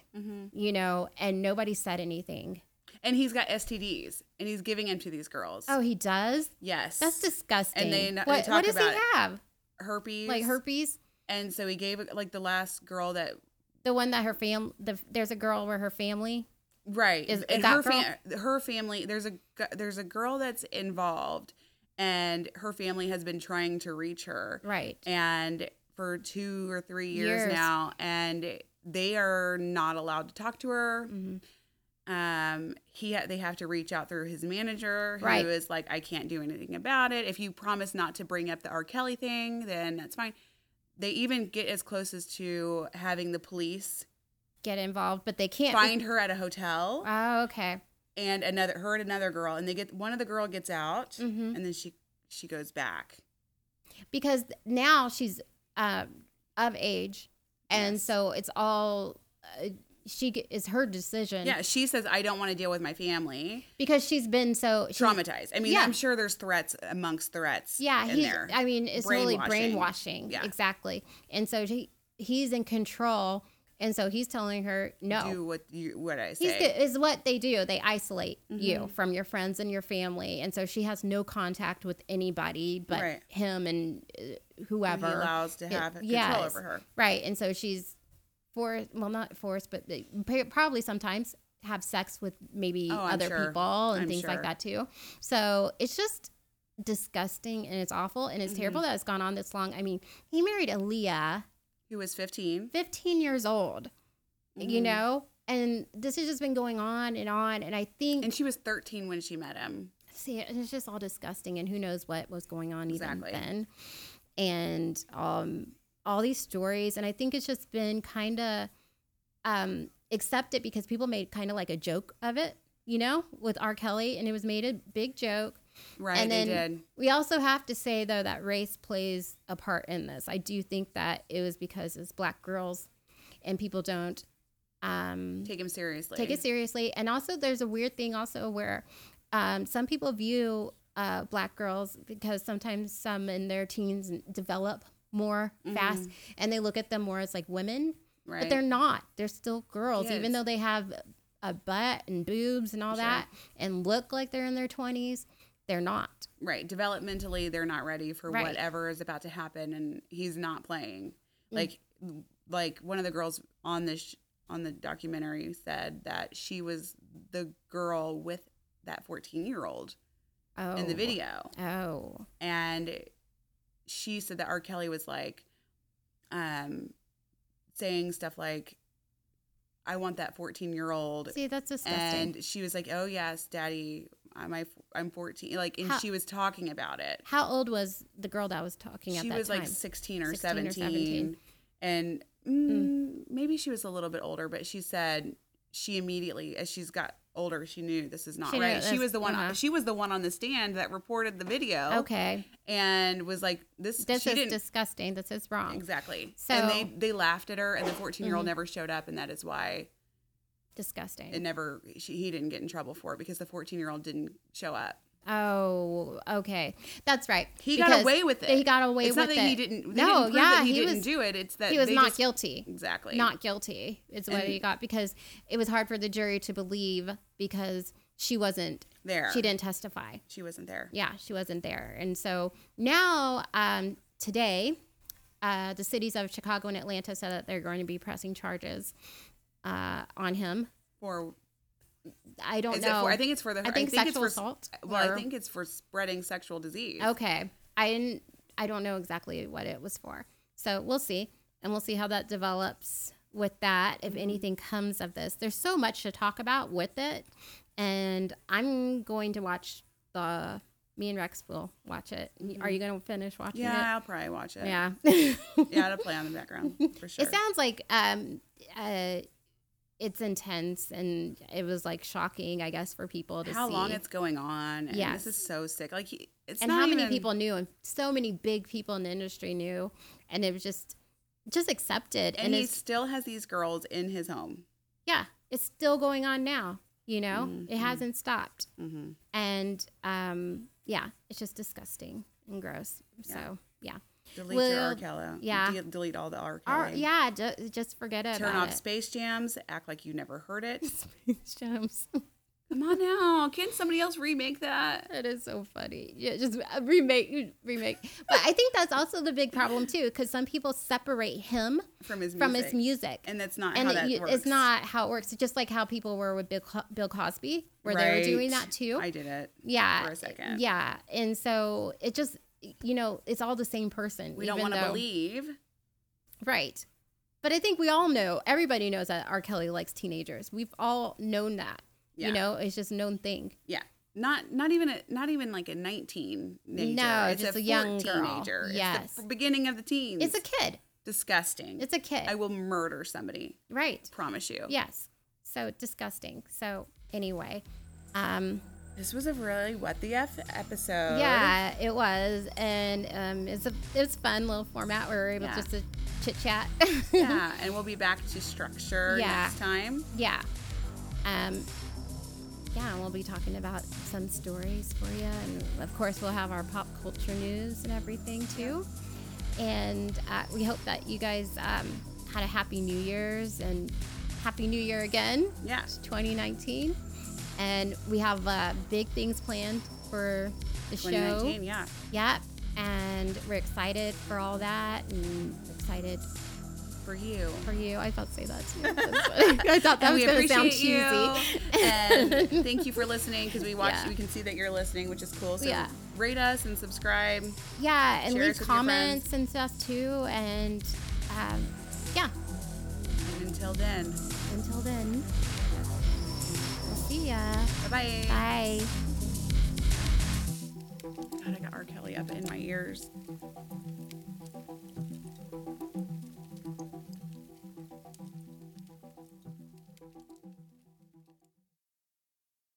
B: you know, and nobody said anything.
C: Mm-hmm. And he's got STDs and he's giving them to these girls.
B: Oh, he does?
C: yes.
B: That's disgusting.
C: And they not- they
B: what,
C: talk
B: what does
C: about
B: he
C: it.
B: have?
C: herpes.
B: Like herpes?
C: And so he gave like the last girl that
B: The one that her fam, the, there's a girl where her family.
C: right
B: Is-
C: and
B: is that
C: her her family there's a gu- there's a girl that's involved and her family has been trying to reach her
B: Right.
C: and for two or three years,
B: Years.
C: now and they are not allowed to talk to her
B: mm-hmm,
C: um he ha- they have to reach out through his manager who is
B: Right.
C: like i can't do anything about it if you promise not to bring up the r kelly thing then that's fine they even get as close as to having the police
B: Get involved, but they can't. be-
C: find her at a hotel
B: oh, okay.
C: and another her and another girl and they get one of the girl gets out
B: Mm-hmm.
C: and then she she goes back
B: because now she's uh, of age, and so it's all uh, she g- is her decision.
C: yeah she says i don't want to deal with my family
B: because she's been so she's-
C: traumatized i mean
B: Yeah.
C: i'm sure there's threats amongst threats
B: Yeah,
C: in
B: he.
C: there.
B: I mean, it's really
C: Brainwashing.
B: brainwashing.
C: Yeah.
B: Exactly, and so he he's in control, and so he's telling her no.
C: do what you what i
B: He's
C: say Mm-hmm.
B: good, is what they do. They isolate you from your friends and your family, and so she has no contact with anybody but
C: Right.
B: him and uh,
C: he
B: whoever.
C: allows to
B: Yeah,
C: have control
B: yes.
C: over her
B: Right. And so she's for well, not forced, but they pa- probably sometimes have sex with maybe
C: Oh, I'm
B: other
C: sure.
B: people and
C: I'm
B: things like
C: sure.
B: that too. So it's just disgusting and it's awful and it's terrible
C: Mm-hmm.
B: that it's gone on this long. I mean, he married Aaliyah,
C: who was Mm-hmm. 15
B: 15 years old, you know? And this has just been going on and on. And I think
C: and she was 13 when she met him
B: see it's just all disgusting and who knows what was going on even
C: Exactly.
B: then and um all these stories and i think it's just been kind of um accepted because people made kind of like a joke of it you know with r kelly and it was made a big joke
C: right
B: and then
C: they did
B: we also have to say though that race plays a part in this i do think that it was because it's black girls and people don't um
C: take him seriously
B: take it seriously and also there's a weird thing also where um, some people view uh, black girls because sometimes some in their teens develop more fast and they look at them more as like women
C: Mm-hmm. right
B: but they're not they're still girls even
C: Yes.
B: though they have a butt and boobs and all that and look like they're in their 20s they're not
C: Right. Developmentally, they're not ready for
B: Right. Mm.
C: whatever is about to happen, and he's not playing. Like, like one of the girls on this sh- on the documentary said that she was the girl with that 14 year old
B: Oh.
C: in the video.
B: Oh.
C: And she said that R. Kelly was like, um, saying stuff like, I want that 14 year old.
B: See, that's disgusting.
C: And she was like, Oh, yes, daddy, I'm, I- I'm 14. Like, and
B: How-
C: she was talking about it.
B: How old was the girl that was talking at
C: She
B: that
C: was
B: time?
C: like 16 or
B: 16 or
C: 17.
B: 17.
C: And mm, maybe she was a little bit older, but she said she immediately, as she's got older, she knew this is not
B: She knew
C: right. She
B: this-
C: was the one.
B: uh-huh.
C: She was the one on the stand that reported the video.
B: okay.
C: And was like, "This,
B: This
C: she
B: is
C: didn't
B: disgusting. This is wrong.
C: exactly."
B: So- Mm-hmm.
C: and they they laughed at her, and the 14 year old never showed up, and that is why
B: Disgusting.
C: it never she, he didn't get in trouble for it because the 14 year old didn't show up.
B: Oh, okay. That's right.
C: He
B: Because
C: got away with it.
B: He got away
C: it's
B: with
C: not
B: it.
C: that he didn't. They
B: no,
C: didn't prove
B: yeah,
C: that he, didn't
B: was,
C: do it. It's that
B: He was
C: they
B: not
C: just-
B: guilty.
C: Exactly.
B: Not guilty is what he got because it was hard for the jury to believe because she wasn't
C: there.
B: She didn't testify.
C: She wasn't there.
B: Yeah, she wasn't there. And so now, um, today, uh, the cities of Chicago and Atlanta said that they're going to be pressing charges uh, on him.
C: Or
B: I don't
C: is
B: know.
C: it for? I think it's for the.
B: Oh, I think
C: it's
B: sexual
C: for,
B: assault,
C: Well,
B: or-
C: I think it's for spreading sexual disease.
B: Okay. I didn't I don't know exactly what it was for. So we'll see. And we'll see how that develops with that, if
C: Mm-hmm.
B: anything comes of this. There's so much to talk about with it. And I'm going to watch the me and Rex will watch it. Are you gonna finish watching
C: Mm-hmm. Yeah, I'll probably watch it.
B: it? Yeah.
C: yeah, it'll play on the background for sure.
B: It sounds like um uh it's intense and it was like shocking, I guess, for people to
C: how
B: see.
C: long it's going on? And
B: Yes.
C: this is so sick. Like he, it's
B: and
C: not
B: how many
C: even-
B: people knew and so many big people in the industry knew and it was just just accepted
C: And
B: and,
C: he
B: it's
C: still has these girls in his home.
B: yeah it's still going on now you know
C: Mm-hmm.
B: it hasn't stopped
C: Mhm.
B: and um yeah it's just disgusting and gross so yeah
C: Delete your R.
B: Well,
C: Kelly.
B: yeah.
C: De- delete all the R. Kelly.
B: Or, yeah ju- just forget it
C: Turn
B: about
C: off Space Jams. Act like you never heard it.
B: it. space jams
C: Come on now. Can somebody else remake that?
B: That is so funny. Yeah, just uh, remake, remake. But I think that's also the big problem too, because some people separate him
C: From his music.
B: from his music.
C: And that's not
B: and
C: how that
B: you-
C: works.
B: it's not how it works. It's just like how people were with Bill, Co- Bill Cosby, where they were doing
C: Right.
B: that too.
C: I did it.
B: yeah,
C: for a second.
B: yeah, and so it just you know it's all the same person.
C: We don't
B: even
C: want to
B: though-
C: believe.
B: right? But I think we all know. Everybody knows that R. Kelly likes teenagers. We've all known that.
C: Yeah.
B: You know, it's just a known thing.
C: Yeah. Not not even a not even like a nineteen teenager.
B: No,
C: it's
B: just
C: a,
B: a young
C: 14
B: girl.
C: teenager. It's the
B: Yes.
C: f- beginning of the teens.
B: It's a kid.
C: disgusting.
B: It's a kid.
C: I will murder somebody.
B: right.
C: Promise you.
B: Yes. So disgusting. So anyway, um,
C: This was a really what the f episode.
B: yeah, it was, and um, it's a it's fun little format where we're able
C: Yeah.
B: just to chit chat.
C: Yeah, and we'll be back to structure
B: Mm-hmm. Yeah.
C: next time.
B: yeah. Um, yeah, and we'll be talking about some stories for you, and of course we'll have our pop culture news and everything too. And uh, we hope that you guys um, had a happy New Year's and happy New Year again.
C: Yeah.
B: 2019, and we have uh, big things planned for the show.
C: 2019, yeah.
B: Yep, and we're excited for all that, and excited
C: For you.
B: for you. I thought say that too. That's funny. I thought that
C: And
B: was
C: we
B: going to sound
C: appreciate
B: cheesy.
C: you. and thank you for listening because we watch
B: Yeah.
C: we can see that you're listening, which is cool. So
B: Yeah.
C: rate us and subscribe.
B: Yeah, and
C: Share
B: leave
C: us with your friends.
B: comments and stuff too, and um, yeah.
C: And until then,
B: Until then, we'll see ya.
C: bye-bye.
B: Bye.
C: God, I got R. Kelly up in my ears.